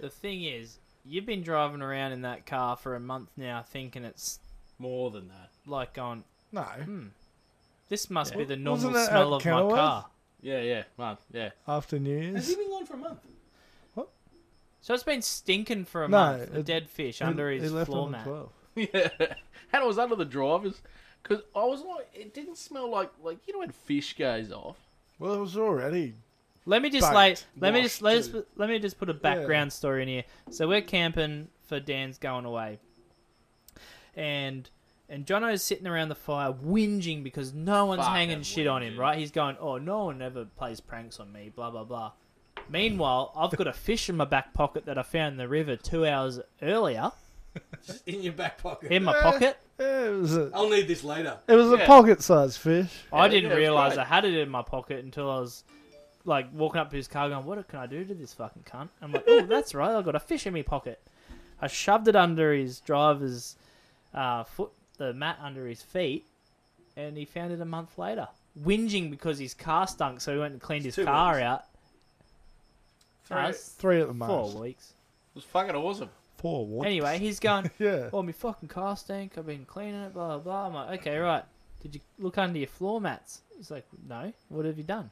[SPEAKER 1] the thing is, you've been driving around in that car for a month now, thinking it's
[SPEAKER 2] more than that.
[SPEAKER 1] like going,
[SPEAKER 3] No.
[SPEAKER 1] this must be the normal
[SPEAKER 3] Wasn't it at
[SPEAKER 1] smell of my
[SPEAKER 3] Kenilworth?
[SPEAKER 1] car.
[SPEAKER 2] Yeah, yeah, man, yeah. (laughs)
[SPEAKER 3] After New
[SPEAKER 5] Has he
[SPEAKER 3] Year's.
[SPEAKER 5] been gone for a month?
[SPEAKER 1] So it's been stinking for a
[SPEAKER 3] No,
[SPEAKER 1] month. The
[SPEAKER 3] it-
[SPEAKER 1] dead fish
[SPEAKER 3] He-
[SPEAKER 1] under his
[SPEAKER 3] he left
[SPEAKER 1] floor
[SPEAKER 3] on the
[SPEAKER 1] mat.
[SPEAKER 3] 12th.
[SPEAKER 2] Yeah, and it was under the drivers because I was like, it didn't smell like like you know when fish goes off.
[SPEAKER 3] Well, it was already.
[SPEAKER 1] Let me just
[SPEAKER 3] Baked,
[SPEAKER 1] like, let me just
[SPEAKER 3] washed
[SPEAKER 1] let, us,
[SPEAKER 3] too.
[SPEAKER 1] let me just put a background story in here. So we're camping for Dan's going away, and and Jono's sitting around the fire whinging because no one's
[SPEAKER 2] Fucking
[SPEAKER 1] hanging shit on him.
[SPEAKER 2] whinging.
[SPEAKER 1] Right? He's going, oh, no one ever plays pranks on me. Blah blah blah. Meanwhile, I've got a fish in my back pocket that I found in the river two hours earlier
[SPEAKER 5] Just in your back pocket.
[SPEAKER 1] in my pocket.
[SPEAKER 3] Yeah, it was
[SPEAKER 1] Uh,
[SPEAKER 3] a,
[SPEAKER 5] I'll need this later.
[SPEAKER 3] it was
[SPEAKER 2] Yeah.
[SPEAKER 3] a pocket-sized fish.
[SPEAKER 1] I
[SPEAKER 2] Yeah,
[SPEAKER 1] didn't
[SPEAKER 2] yeah, it's
[SPEAKER 1] realize
[SPEAKER 2] great.
[SPEAKER 1] I had it in my pocket until I was like walking up to his car, going, "What can I do to this fucking cunt?" I'm like, "Oh,
[SPEAKER 2] (laughs)
[SPEAKER 1] that's right, I got a fish in my pocket." I shoved it under his driver's uh, foot, the mat under his feet, and he found it a month later, whinging because his car stunk. So he went and cleaned his
[SPEAKER 5] two
[SPEAKER 1] car
[SPEAKER 5] weeks.
[SPEAKER 1] out.
[SPEAKER 2] Three-
[SPEAKER 1] No,
[SPEAKER 2] it
[SPEAKER 1] it's
[SPEAKER 3] Three at the most.
[SPEAKER 1] four weeks.
[SPEAKER 2] was fucking awesome.
[SPEAKER 3] Four. What?
[SPEAKER 1] Anyway, he's going,
[SPEAKER 3] Yeah.
[SPEAKER 1] "Oh, my fucking car stank. I've been cleaning it, blah blah blah." I'm like, "Okay, right. Did you look under your floor mats?" He's like, "No. What have you done?"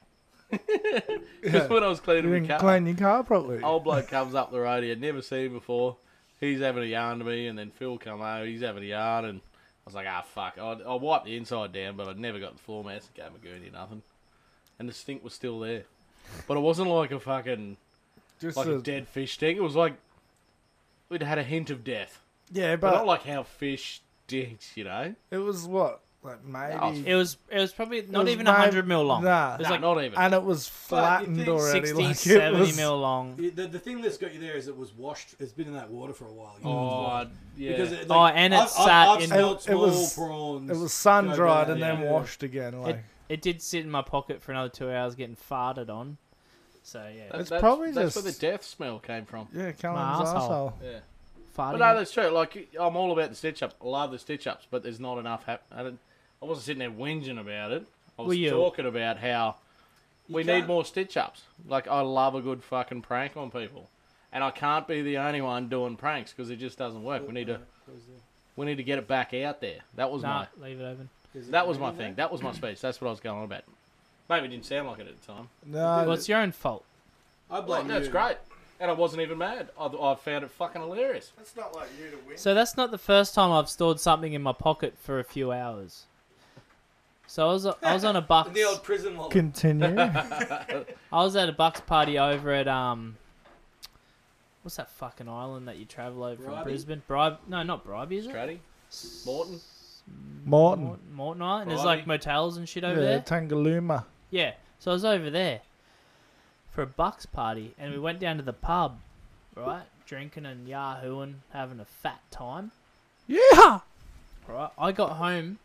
[SPEAKER 2] Because when I was
[SPEAKER 3] You
[SPEAKER 2] cleaning my
[SPEAKER 3] didn't
[SPEAKER 2] car,
[SPEAKER 3] clean your car properly.
[SPEAKER 1] Oh,
[SPEAKER 2] old bloke comes up the road he had never seen before. He's having a yarn to me, and then Phil come over. He's having a yarn, and I was like, ah, fuck. I, I wiped the inside down, but I'd never got the floor mats. Gave him a gurney, nothing. And the stink was still there. But it wasn't like a fucking,
[SPEAKER 3] Just
[SPEAKER 2] like a
[SPEAKER 3] a-
[SPEAKER 2] dead fish stink. It was like, we'd had a hint of death.
[SPEAKER 3] yeah,
[SPEAKER 2] But
[SPEAKER 3] but
[SPEAKER 2] not like how fish stinks, you know?
[SPEAKER 3] it was what like maybe,
[SPEAKER 1] It was it was probably not
[SPEAKER 3] was
[SPEAKER 1] even
[SPEAKER 3] my-
[SPEAKER 1] hundred mil long.
[SPEAKER 3] Nah.
[SPEAKER 1] it was
[SPEAKER 2] Nah,
[SPEAKER 1] like
[SPEAKER 2] not even.
[SPEAKER 3] and it was flattened
[SPEAKER 5] think
[SPEAKER 3] already.
[SPEAKER 1] 60,
[SPEAKER 3] like it
[SPEAKER 1] 70
[SPEAKER 3] was,
[SPEAKER 1] mil long.
[SPEAKER 5] The, the, the thing that's got you there is it was washed. It's been in that water for a while. you know, as well.
[SPEAKER 2] Oh, yeah.
[SPEAKER 5] Because it,
[SPEAKER 1] Oh, and it
[SPEAKER 5] I've,
[SPEAKER 1] sat
[SPEAKER 5] I've, I've
[SPEAKER 1] in-
[SPEAKER 5] smelt
[SPEAKER 3] It- it
[SPEAKER 5] small
[SPEAKER 3] was-
[SPEAKER 5] prawns.
[SPEAKER 3] It was sun dried
[SPEAKER 5] go
[SPEAKER 3] and
[SPEAKER 5] down,
[SPEAKER 3] then
[SPEAKER 5] yeah.
[SPEAKER 3] washed again. Like
[SPEAKER 1] It, it did sit in my pocket for another two hours, getting farted on. So yeah,
[SPEAKER 2] That-
[SPEAKER 3] It's
[SPEAKER 2] that's,
[SPEAKER 3] probably
[SPEAKER 2] that's
[SPEAKER 3] just-
[SPEAKER 2] where the death smell came from.
[SPEAKER 3] yeah, Callum's
[SPEAKER 1] My
[SPEAKER 3] asshole.
[SPEAKER 1] asshole.
[SPEAKER 2] Yeah.
[SPEAKER 1] farting.
[SPEAKER 2] But no, that's true. Like I'm all about the stitch ups. I love the stitch ups, but there's not enough. Hap- I, didn't, I wasn't sitting there whinging about it. I
[SPEAKER 1] Were
[SPEAKER 2] was
[SPEAKER 1] you?
[SPEAKER 2] talking about how we need
[SPEAKER 5] can't-
[SPEAKER 2] more stitch ups. Like I love a good fucking prank on people, and I can't be the only one doing pranks because it just doesn't work. We need to we need to get it back out there. That was
[SPEAKER 1] Nah, leave it open.
[SPEAKER 5] Is it
[SPEAKER 2] my that was my
[SPEAKER 5] really
[SPEAKER 2] thing.
[SPEAKER 5] there?
[SPEAKER 2] That was my speech. That's what I was going on about. Maybe it didn't sound like it at the time.
[SPEAKER 3] No,
[SPEAKER 1] Well, it's your own fault.
[SPEAKER 5] I
[SPEAKER 2] Like,
[SPEAKER 5] blame
[SPEAKER 2] no, it's
[SPEAKER 5] you.
[SPEAKER 2] Oh, great. And I wasn't even mad. I, I found it fucking hilarious.
[SPEAKER 3] it's not like you to win.
[SPEAKER 1] So that's not the first time I've stored something in my pocket for a few hours. So I was I was on
[SPEAKER 3] (laughs)
[SPEAKER 1] a bucks.
[SPEAKER 5] The old prison wallet.
[SPEAKER 3] Continue.
[SPEAKER 1] (laughs) I was at a bucks party over at um. What's that fucking island that you travel over from
[SPEAKER 5] Bribey?
[SPEAKER 1] Brisbane? Bribe? No, not Bribey, is it?
[SPEAKER 2] Stratty, Morton.
[SPEAKER 3] Morton.
[SPEAKER 1] Morton, Morton Island. There's like
[SPEAKER 2] Bribey?
[SPEAKER 1] motels and shit over
[SPEAKER 3] Yeah,
[SPEAKER 1] there.
[SPEAKER 3] Tangalooma.
[SPEAKER 1] Yeah. So I was over there for a bucks party, and we went down to the pub, right? Drinking and yahooing, having a fat time.
[SPEAKER 3] Yeah.
[SPEAKER 1] Right. I got home,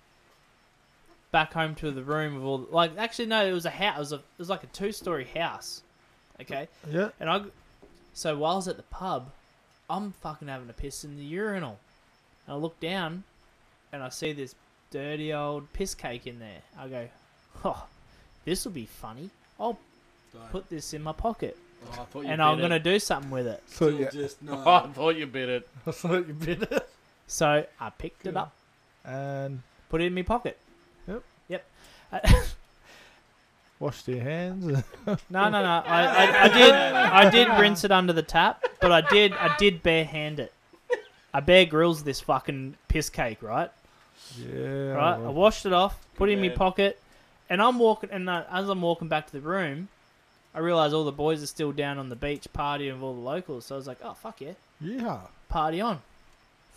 [SPEAKER 1] back home to the room with all like actually no, it was a house. It was, a, it was like a two story house. Okay.
[SPEAKER 3] Yeah.
[SPEAKER 1] And I, so while I was at the pub, I'm fucking having a piss in the urinal, and I look down, and I see this dirty old piss cake in there. I go, oh, this will be funny. I'll put this in my pocket,
[SPEAKER 2] Oh, I thought you
[SPEAKER 1] and
[SPEAKER 2] bit
[SPEAKER 1] I'm
[SPEAKER 2] it.
[SPEAKER 1] gonna do something with it.
[SPEAKER 3] So
[SPEAKER 5] Still
[SPEAKER 2] (laughs)
[SPEAKER 3] yeah.
[SPEAKER 5] just no.
[SPEAKER 2] I thought you bit it.
[SPEAKER 3] (laughs) I thought you bit it.
[SPEAKER 1] So I picked it
[SPEAKER 3] Yeah.
[SPEAKER 1] up,
[SPEAKER 3] And
[SPEAKER 1] put it in my pocket.
[SPEAKER 3] Yep.
[SPEAKER 1] Yep.
[SPEAKER 3] washed your hands. (laughs)
[SPEAKER 1] No, no, no.
[SPEAKER 2] (laughs)
[SPEAKER 1] I, I, I did, I did rinse it under the tap, but I did, I did bare hand it. I bare grills this fucking piss cake, right?
[SPEAKER 3] yeah.
[SPEAKER 1] right? I
[SPEAKER 3] well,
[SPEAKER 1] washed it off, put it in my
[SPEAKER 2] man.
[SPEAKER 1] pocket, and I'm walking. And uh, as I'm walking back to the room, I realize all the boys are still down on the beach partying with all the locals. So I was like, "Oh fuck yeah,
[SPEAKER 3] Yeah. (laughs)
[SPEAKER 1] party on!"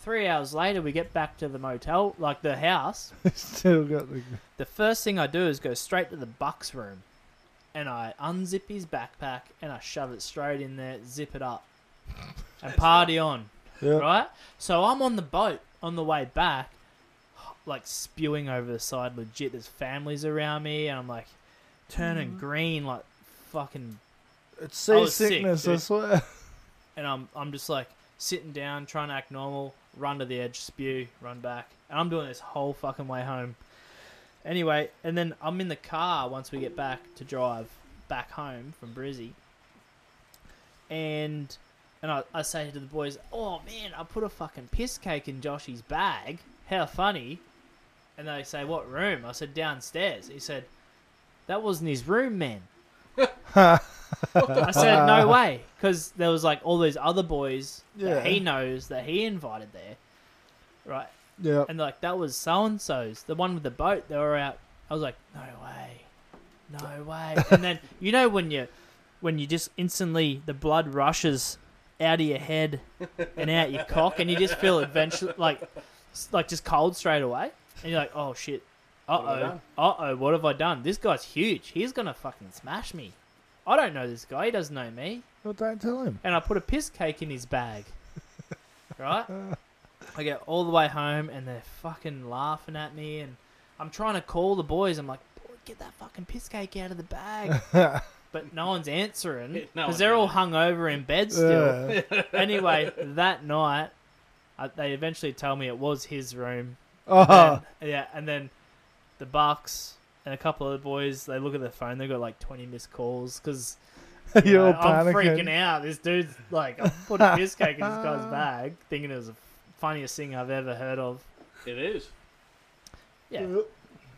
[SPEAKER 1] Three hours later, we get back to the motel, like the house.
[SPEAKER 3] Still got the.
[SPEAKER 1] The first thing I do is go straight to the bucks room, and I unzip his backpack and I shove it straight in there, zip it up, and party on
[SPEAKER 3] Yeah.
[SPEAKER 1] right? So I'm on the boat on the way back, like spewing over the side, legit. There's families around me, and I'm like turning green, like fucking.
[SPEAKER 3] It's
[SPEAKER 1] I was sick,
[SPEAKER 3] seasickness, I
[SPEAKER 1] dude.
[SPEAKER 3] swear. (laughs)
[SPEAKER 1] And I'm I'm just like sitting down, trying to act normal, run to the edge, spew, run back, and I'm doing this whole fucking way home. Anyway, and then I'm in the car once we get back to drive back home from Brizzy. And and I, I say to the boys, Oh man, I put a fucking piss cake in Joshy's bag. How funny. And they say, What room? I said, Downstairs. He said, That wasn't his room, man. I said, No way. Because there was like all these other boys that
[SPEAKER 3] Yeah.
[SPEAKER 1] he knows that he invited there. Right.
[SPEAKER 3] Yeah.
[SPEAKER 1] And like that was so and so's, the one with the boat. They were out. I was like, no way, no way. And
[SPEAKER 2] (laughs)
[SPEAKER 1] then you know when you, when you just instantly the blood rushes out of your head and out your cock, and you just feel adventure like, s- like just cold straight away. And you're like, oh shit,
[SPEAKER 2] I
[SPEAKER 1] uh
[SPEAKER 2] done?
[SPEAKER 1] oh, uh oh, what have I done? This guy's huge. He's gonna fucking smash me. I don't know this guy. He doesn't know me
[SPEAKER 3] Well, don't tell him. (laughs)
[SPEAKER 1] and I put a piss cake in his bag. Right? I get all the way home and they're fucking laughing at me and I'm trying to call the boys. I'm like, "Boy, get that fucking piss cake out of the
[SPEAKER 3] (laughs)
[SPEAKER 1] bag. but no one's answering
[SPEAKER 2] No
[SPEAKER 1] because
[SPEAKER 2] one's
[SPEAKER 1] they're all hung over in bed still. (laughs)
[SPEAKER 3] Yeah.
[SPEAKER 1] anyway, that night, I, they eventually tell me it was his room. (laughs)
[SPEAKER 3] Oh,
[SPEAKER 1] And- yeah, and then the Bucks and a couple of the boys, they look at their phone. They've got like 20 missed calls because
[SPEAKER 3] (laughs)
[SPEAKER 1] you
[SPEAKER 3] you're
[SPEAKER 1] know, I'm
[SPEAKER 3] panicking.
[SPEAKER 1] freaking out. This dude's like, I'm putting piss cake in this
[SPEAKER 3] (laughs)
[SPEAKER 1] guy's bag, thinking it was the funniest thing I've ever heard of.
[SPEAKER 2] It is.
[SPEAKER 1] Yeah.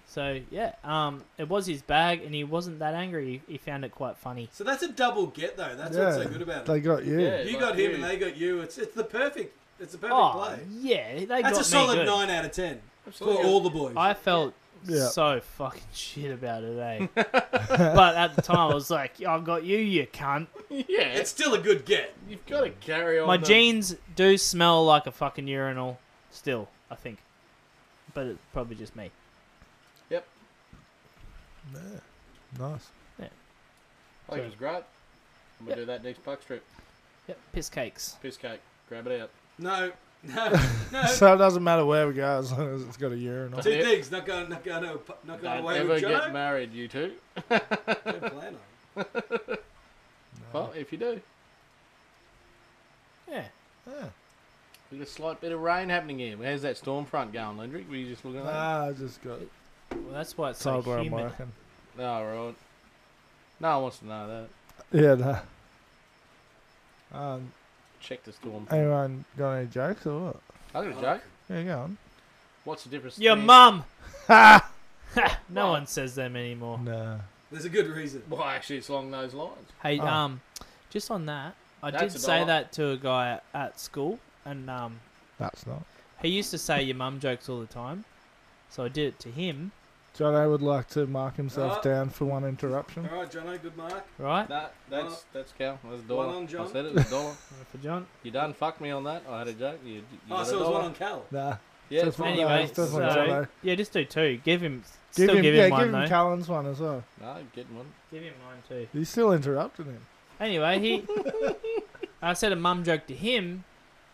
[SPEAKER 1] So yeah, um, it was his bag, and he wasn't that angry. He, he found it quite funny.
[SPEAKER 5] So that's a double get though. That's what's so good about
[SPEAKER 3] They
[SPEAKER 5] it.
[SPEAKER 3] got you.
[SPEAKER 2] Yeah.
[SPEAKER 5] You
[SPEAKER 2] like
[SPEAKER 5] got him
[SPEAKER 2] you.
[SPEAKER 5] and they got you. It's it's the perfect it's the perfect
[SPEAKER 1] Oh
[SPEAKER 5] play.
[SPEAKER 1] yeah, they got
[SPEAKER 5] That's
[SPEAKER 1] me
[SPEAKER 5] a solid
[SPEAKER 1] good.
[SPEAKER 5] nine out of ten
[SPEAKER 2] Absolutely.
[SPEAKER 5] for all the boys.
[SPEAKER 1] I felt
[SPEAKER 3] Yeah.
[SPEAKER 1] so fucking shit about it,
[SPEAKER 3] (laughs)
[SPEAKER 1] eh? but at the time, I was like, "I've got you, you cunt."
[SPEAKER 2] (laughs) yeah,
[SPEAKER 5] it's still a good get.
[SPEAKER 2] you've got to carry on.
[SPEAKER 1] My
[SPEAKER 2] the-
[SPEAKER 1] jeans do smell like a fucking urinal, still. I think, but it's probably just me.
[SPEAKER 2] Yep,
[SPEAKER 3] Nice. (laughs)
[SPEAKER 2] I think it was great. I'm gonna
[SPEAKER 1] Yep.
[SPEAKER 2] do that next puck strip.
[SPEAKER 1] Yep, piss cakes.
[SPEAKER 2] Piss cake, grab it out.
[SPEAKER 5] No, no, (laughs) no.
[SPEAKER 3] So it doesn't matter where we go as long as it's got a urinal.
[SPEAKER 5] Two
[SPEAKER 2] Yeah.
[SPEAKER 5] things. Not going, not going, to, not going
[SPEAKER 2] Don't
[SPEAKER 5] away
[SPEAKER 2] ever
[SPEAKER 5] with
[SPEAKER 2] get
[SPEAKER 5] Jono.
[SPEAKER 2] married, you two.
[SPEAKER 5] Don't plan on. it.
[SPEAKER 2] Well, if you do,
[SPEAKER 1] Yeah.
[SPEAKER 3] Yeah.
[SPEAKER 2] there's a slight bit of rain happening here. How's that storm front going, Lendrick? Were you just looking at that?
[SPEAKER 3] Nah, I just got
[SPEAKER 1] Well, that's why it's so
[SPEAKER 3] told where I'm
[SPEAKER 1] humid.
[SPEAKER 3] working.
[SPEAKER 2] No, right. No one wants to know that.
[SPEAKER 3] Yeah, nah. Um,
[SPEAKER 2] Check the storm. front.
[SPEAKER 3] anyone got any jokes or what?
[SPEAKER 2] I got a joke.
[SPEAKER 3] Yeah, go on.
[SPEAKER 2] What's the difference?
[SPEAKER 1] Your
[SPEAKER 2] between-
[SPEAKER 3] (laughs)
[SPEAKER 1] mum. (laughs) no one says them anymore.
[SPEAKER 3] Nah.
[SPEAKER 5] There's a good reason.
[SPEAKER 2] Well, actually, it's along those lines.
[SPEAKER 1] Hey,
[SPEAKER 3] Oh.
[SPEAKER 1] um, just on that, I
[SPEAKER 2] That's
[SPEAKER 1] did
[SPEAKER 2] a
[SPEAKER 1] say
[SPEAKER 2] dollar.
[SPEAKER 1] that to a guy at school, and um,
[SPEAKER 3] That's not.
[SPEAKER 1] he used to say your mum jokes all the time, so I did it to him,
[SPEAKER 3] Jono would like to mark himself
[SPEAKER 1] Uh.
[SPEAKER 5] Oh.
[SPEAKER 3] down for one
[SPEAKER 5] All
[SPEAKER 3] interruption.
[SPEAKER 5] right, Jono, good mark.
[SPEAKER 1] right?
[SPEAKER 2] That that's that's cow. That's a dollar.
[SPEAKER 5] One on John.
[SPEAKER 2] I said it was a dollar.
[SPEAKER 1] For John.
[SPEAKER 2] you done fucked me on that. I had a joke. You, you
[SPEAKER 5] Oh,
[SPEAKER 2] got a
[SPEAKER 5] so it was
[SPEAKER 2] dollar.
[SPEAKER 5] one on Cal.
[SPEAKER 3] Nah.
[SPEAKER 2] Yeah, it's
[SPEAKER 3] So it's
[SPEAKER 2] fine.
[SPEAKER 3] one-
[SPEAKER 1] Anyway,
[SPEAKER 3] it's
[SPEAKER 1] so,
[SPEAKER 3] definitely Jono.
[SPEAKER 1] yeah, just do two. Give him,
[SPEAKER 3] Give
[SPEAKER 1] still
[SPEAKER 3] him,
[SPEAKER 1] give him
[SPEAKER 3] yeah,
[SPEAKER 1] mine
[SPEAKER 3] give him
[SPEAKER 1] though.
[SPEAKER 3] Callan's one as well.
[SPEAKER 2] No, get one.
[SPEAKER 1] give him mine too.
[SPEAKER 3] He's still interrupting him.
[SPEAKER 1] Anyway,
[SPEAKER 3] (laughs)
[SPEAKER 1] he, I said a mum joke to him.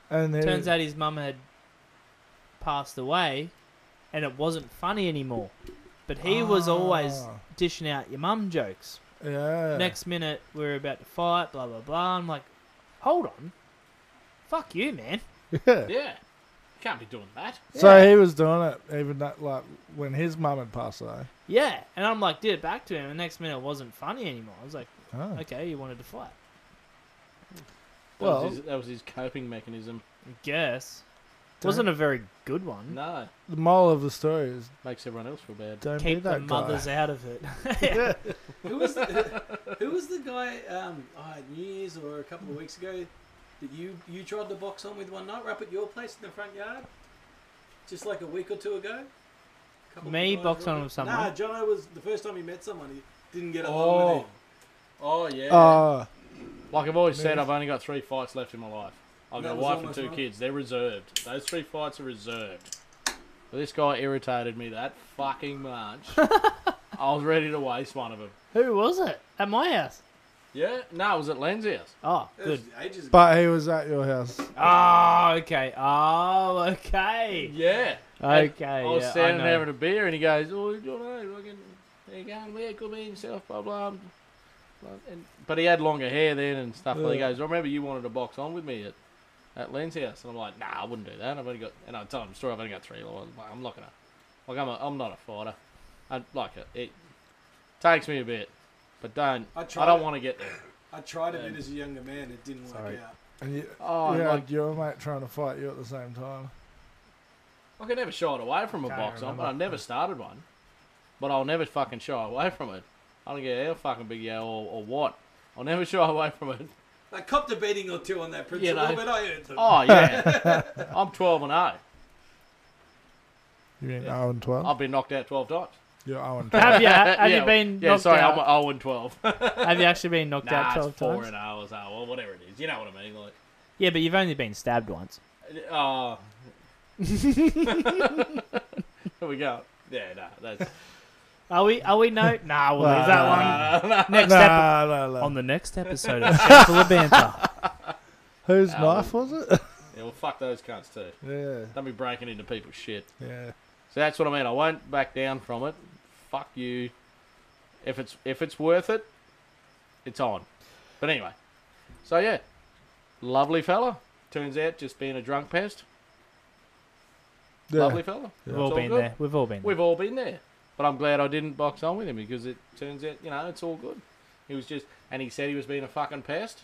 [SPEAKER 3] And then
[SPEAKER 1] Turns out his mum had passed away, and it wasn't funny anymore. But he was always
[SPEAKER 3] Ah.
[SPEAKER 1] dishing out your mum jokes.
[SPEAKER 3] Yeah.
[SPEAKER 1] Next minute, we are about to fight, blah, blah, blah. I'm like, hold on. Fuck you, man.
[SPEAKER 3] (laughs) Yeah.
[SPEAKER 2] Yeah, you can't be doing that.
[SPEAKER 3] So he was doing it even that like when his mum had passed away.
[SPEAKER 1] Yeah. And I'm like, did it back to him. And next minute, it wasn't funny anymore. I was like,
[SPEAKER 3] Oh.
[SPEAKER 1] okay, you wanted to fight.
[SPEAKER 2] That
[SPEAKER 3] Well-
[SPEAKER 2] was his, that was his coping mechanism.
[SPEAKER 1] I guess.
[SPEAKER 3] Don't-
[SPEAKER 1] Wasn't a very good one.
[SPEAKER 2] No,
[SPEAKER 3] The moral of the story is
[SPEAKER 2] makes everyone else feel bad.
[SPEAKER 3] don't be
[SPEAKER 1] Keep the
[SPEAKER 3] that guy.
[SPEAKER 1] mothers out of it. (laughs)
[SPEAKER 5] Who was the, (laughs) who was the guy um, oh, at New Year's or a couple of weeks ago that you you tried to box on with one night? We're up at your place in the front yard, just like a week or two ago. Couple of
[SPEAKER 1] Me
[SPEAKER 5] guys
[SPEAKER 1] boxed
[SPEAKER 5] were-
[SPEAKER 1] on with someone?
[SPEAKER 5] Nah, Jono was the first time he met someone. He didn't get along
[SPEAKER 2] Oh.
[SPEAKER 5] with him.
[SPEAKER 2] Oh yeah.
[SPEAKER 3] Oh,
[SPEAKER 2] like I've always said,
[SPEAKER 3] Move.
[SPEAKER 2] I've only got three fights left in my life. I've
[SPEAKER 5] That
[SPEAKER 2] got a
[SPEAKER 5] was
[SPEAKER 2] wife and
[SPEAKER 5] almost
[SPEAKER 2] two
[SPEAKER 5] right.
[SPEAKER 2] kids. They're reserved. Those three fights are reserved. But this guy irritated me that fucking much. I was ready to waste one of them.
[SPEAKER 1] Who was it? At my house.
[SPEAKER 2] Yeah. No, it was at Len's house.
[SPEAKER 1] Oh,
[SPEAKER 5] That
[SPEAKER 1] good.
[SPEAKER 5] was ages ago.
[SPEAKER 3] but he was at your house.
[SPEAKER 1] Oh, okay. Oh, okay.
[SPEAKER 2] Yeah.
[SPEAKER 1] Okay.
[SPEAKER 2] I was
[SPEAKER 1] yeah,
[SPEAKER 2] standing
[SPEAKER 1] I
[SPEAKER 2] there
[SPEAKER 1] know.
[SPEAKER 2] having a beer, and he goes, "Oh, you don't know, fucking, there you going, where could be himself, blah blah." blah." And, but he had longer hair then and stuff. And he
[SPEAKER 3] Yeah.
[SPEAKER 2] goes, "I remember you wanted to box on with me at at Len's house," and I'm like, "Nah, I wouldn't do that. I've only got," and I told him the story. I've only got three lines. Like, I'm not gonna, like, I'm a, I'm not a fighter. I like it. It takes me a bit, but don't.
[SPEAKER 5] I
[SPEAKER 2] I,
[SPEAKER 5] tried
[SPEAKER 2] don't
[SPEAKER 5] it.
[SPEAKER 2] want to get there.
[SPEAKER 5] I tried it as a younger man. It didn't
[SPEAKER 1] Sorry.
[SPEAKER 5] work out.
[SPEAKER 3] And you,
[SPEAKER 2] Oh,
[SPEAKER 3] yeah,
[SPEAKER 2] like,
[SPEAKER 3] like your mate trying to fight you at the same time.
[SPEAKER 2] I can never shy away from a
[SPEAKER 1] Can't
[SPEAKER 2] box on, but I
[SPEAKER 1] remember.
[SPEAKER 2] never started one. But I'll never fucking shy away from it. I don't care how fucking big you are or, or what. I'll never (laughs) shy away from it.
[SPEAKER 5] I copped a beating or two on that
[SPEAKER 2] You
[SPEAKER 5] principle,
[SPEAKER 2] know.
[SPEAKER 5] but I earned them.
[SPEAKER 1] (laughs)
[SPEAKER 2] Oh yeah, I'm 12 and 0.
[SPEAKER 3] You mean 0 and 12?
[SPEAKER 2] I've been knocked out
[SPEAKER 1] (laughs)
[SPEAKER 2] 12 times.
[SPEAKER 3] You're 0 and 12.
[SPEAKER 1] Have (laughs) you, have
[SPEAKER 2] yeah,
[SPEAKER 1] you been
[SPEAKER 2] Yeah,
[SPEAKER 1] knocked
[SPEAKER 2] sorry,
[SPEAKER 1] out?
[SPEAKER 2] I'm 0 and 12. nah,
[SPEAKER 1] Have you actually been (laughs) knocked out
[SPEAKER 2] it's
[SPEAKER 1] 12
[SPEAKER 2] 4
[SPEAKER 1] times?
[SPEAKER 2] and 0 or so, or whatever it is. You know what I mean? Like,
[SPEAKER 1] Yeah, but you've only been stabbed once.
[SPEAKER 2] oh. uh,
[SPEAKER 1] (laughs)
[SPEAKER 2] (laughs) Here we go. Yeah, no, that's
[SPEAKER 1] Are we? Are we? No. (laughs) Nah, we'll
[SPEAKER 3] Nah.
[SPEAKER 1] leave that one. Next episode.
[SPEAKER 3] Nah, nah, nah.
[SPEAKER 1] On the next episode of Shameful (laughs) of Banter.
[SPEAKER 3] Whose
[SPEAKER 2] Ow.
[SPEAKER 3] knife was it?
[SPEAKER 2] yeah. Well, fuck those cunts too.
[SPEAKER 3] yeah,
[SPEAKER 2] Don't be breaking into people's shit.
[SPEAKER 3] yeah.
[SPEAKER 2] So that's what I mean. I won't back down from it. Fuck you. If it's if it's worth it, it's on. But anyway, so yeah, lovely fella. Turns out just being a drunk pest.
[SPEAKER 3] yeah.
[SPEAKER 2] Lovely fella.
[SPEAKER 1] We've
[SPEAKER 2] It's
[SPEAKER 1] all been
[SPEAKER 2] good.
[SPEAKER 1] there. We've all been there.
[SPEAKER 2] We've all been there. But I'm glad I didn't box on with him because it turns out you know it's all good. He was just and he said he was being a fucking pest.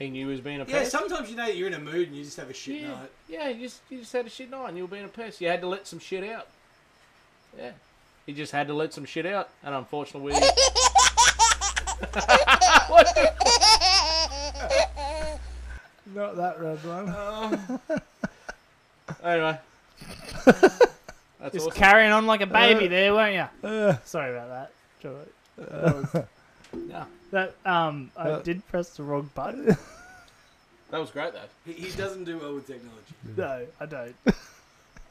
[SPEAKER 2] He knew he was being a
[SPEAKER 5] yeah,
[SPEAKER 2] pest.
[SPEAKER 5] sometimes you know that you're in a mood and you just have a shit
[SPEAKER 2] yeah,
[SPEAKER 5] night.
[SPEAKER 2] yeah. You just you just had a shit night. and You were being a pest. You had to let some shit out. Yeah. He just had to let some shit out, and unfortunately, we. What the-
[SPEAKER 3] Not that red one.
[SPEAKER 1] (laughs)
[SPEAKER 2] anyway, that's
[SPEAKER 1] Just
[SPEAKER 2] awesome.
[SPEAKER 1] carrying on like a baby
[SPEAKER 3] Uh,
[SPEAKER 1] there, weren't you?
[SPEAKER 3] Uh,
[SPEAKER 1] Sorry about that. George. That was-
[SPEAKER 2] Yeah.
[SPEAKER 1] That um, I
[SPEAKER 3] Uh,
[SPEAKER 1] did press the wrong button.
[SPEAKER 2] that was great though.
[SPEAKER 5] He, he doesn't do well with technology.
[SPEAKER 1] no, I don't.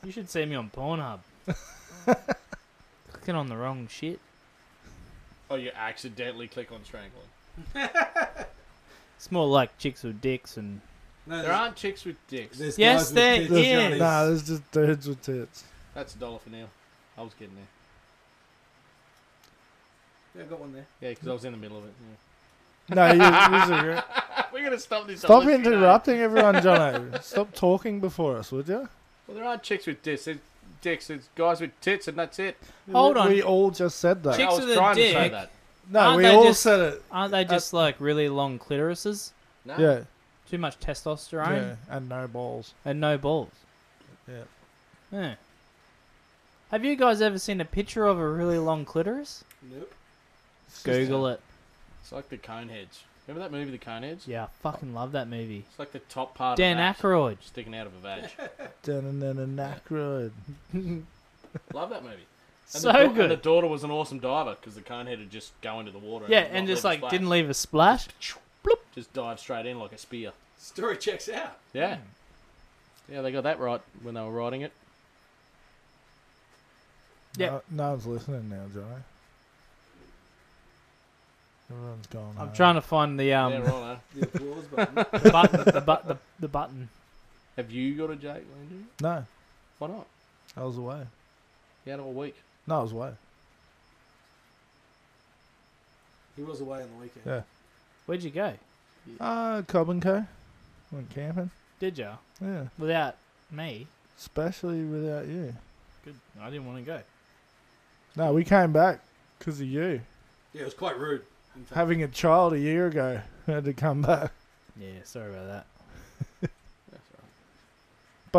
[SPEAKER 1] You should see me on Pornhub. Clicking on the wrong shit.
[SPEAKER 2] Oh, you accidentally click on strangling.
[SPEAKER 1] It's more like chicks with dicks and
[SPEAKER 5] No,
[SPEAKER 2] There aren't chicks with dicks.
[SPEAKER 5] there's
[SPEAKER 1] Yes,
[SPEAKER 5] guys with
[SPEAKER 1] there
[SPEAKER 5] tits,
[SPEAKER 1] is.
[SPEAKER 5] Johnny.
[SPEAKER 3] Nah, there's just dudes with tits.
[SPEAKER 2] That's a dollar for now. I was getting there.
[SPEAKER 5] Yeah, I got one there.
[SPEAKER 2] Yeah, because I was in the middle of it.
[SPEAKER 3] No, you, you're right.
[SPEAKER 2] Yeah. (laughs) We're gonna stop this.
[SPEAKER 3] Stop
[SPEAKER 2] unless you know.
[SPEAKER 3] interrupting everyone, Jono. Stop talking before us, would you?
[SPEAKER 2] Well, there aren't chicks with dicks. There's dicks. There's guys with tits, and that's it.
[SPEAKER 1] Hold
[SPEAKER 3] we,
[SPEAKER 1] on.
[SPEAKER 3] We all just said that.
[SPEAKER 1] Chick- Chicks
[SPEAKER 2] I was
[SPEAKER 1] with a
[SPEAKER 2] trying to say
[SPEAKER 1] dick.
[SPEAKER 2] that.
[SPEAKER 3] no,
[SPEAKER 1] aren't
[SPEAKER 3] we
[SPEAKER 1] they
[SPEAKER 3] all
[SPEAKER 1] just-
[SPEAKER 3] said it.
[SPEAKER 1] aren't they just
[SPEAKER 3] Uh,
[SPEAKER 1] like really long clitorises?
[SPEAKER 2] No.
[SPEAKER 3] Yeah,
[SPEAKER 1] Too much testosterone
[SPEAKER 3] yeah, and no balls.
[SPEAKER 1] and no balls.
[SPEAKER 3] Yeah.
[SPEAKER 1] Huh. Have you guys ever seen a picture of a really long clitoris?
[SPEAKER 5] Nope.
[SPEAKER 1] Google it.
[SPEAKER 2] It's like the Coneheads. Remember that movie, The Coneheads?
[SPEAKER 1] Yeah, I fucking love that movie.
[SPEAKER 2] It's like the top part.
[SPEAKER 1] Dan
[SPEAKER 2] of that,
[SPEAKER 1] Aykroyd.
[SPEAKER 2] sticking out of a vag.
[SPEAKER 3] Down in an Aykroyd.
[SPEAKER 2] (laughs) Love that movie. And
[SPEAKER 1] So
[SPEAKER 2] the, da-
[SPEAKER 1] good.
[SPEAKER 2] And the daughter was an awesome diver because the Conehead would just go into the water.
[SPEAKER 1] yeah,
[SPEAKER 2] not
[SPEAKER 1] and just
[SPEAKER 2] leave a
[SPEAKER 1] like
[SPEAKER 2] splash.
[SPEAKER 1] didn't leave a splash.
[SPEAKER 2] Just dive straight in like a spear.
[SPEAKER 5] Story checks (laughs) out.
[SPEAKER 2] Yeah.
[SPEAKER 1] Hmm.
[SPEAKER 2] Yeah, they got that right when they were writing it.
[SPEAKER 1] Yeah.
[SPEAKER 3] No, no one's listening now, Jono. Everyone's gone.
[SPEAKER 1] I'm trying to find the
[SPEAKER 2] yeah,
[SPEAKER 1] um
[SPEAKER 2] right.
[SPEAKER 5] The applause button.
[SPEAKER 1] the button, the, bu- the, the button.
[SPEAKER 2] (laughs) Have you got a Jake Landry?
[SPEAKER 3] No,
[SPEAKER 2] Why not?
[SPEAKER 3] I was away.
[SPEAKER 2] You had all week.
[SPEAKER 3] No, I was away.
[SPEAKER 5] He was away on the weekend.
[SPEAKER 3] Yeah.
[SPEAKER 1] Where'd you go?
[SPEAKER 3] Uh, Cobb and Co. Went camping.
[SPEAKER 1] Did ya?
[SPEAKER 3] Yeah,
[SPEAKER 1] Without me?
[SPEAKER 3] especially without you.
[SPEAKER 1] Good. I didn't want to go.
[SPEAKER 3] No, we came back because of you.
[SPEAKER 5] Yeah, it was quite rude. In fact.
[SPEAKER 3] Having a child a year ago, (laughs) we had to come back.
[SPEAKER 1] Yeah, sorry about that.
[SPEAKER 2] That's all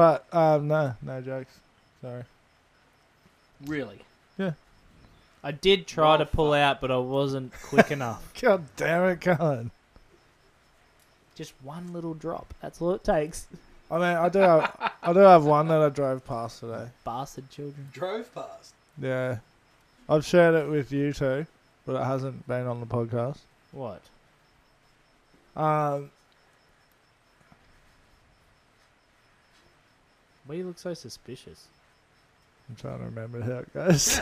[SPEAKER 2] right.
[SPEAKER 3] But um, no, no jokes. Sorry. (laughs)
[SPEAKER 2] Really?
[SPEAKER 1] I did try
[SPEAKER 2] Well,
[SPEAKER 1] to pull out, but I wasn't
[SPEAKER 2] (laughs)
[SPEAKER 1] quick enough.
[SPEAKER 3] God damn it, Colin.
[SPEAKER 1] Just one little drop. That's all it takes. (laughs)
[SPEAKER 3] I mean, I do have, I do have one that I drove past today.
[SPEAKER 1] Bastard children.
[SPEAKER 5] Drove past.
[SPEAKER 3] Yeah, I've shared it with you too, but it hasn't been on the podcast.
[SPEAKER 1] What?
[SPEAKER 3] Um,
[SPEAKER 1] Why you look so suspicious?
[SPEAKER 3] I'm trying to remember how it goes.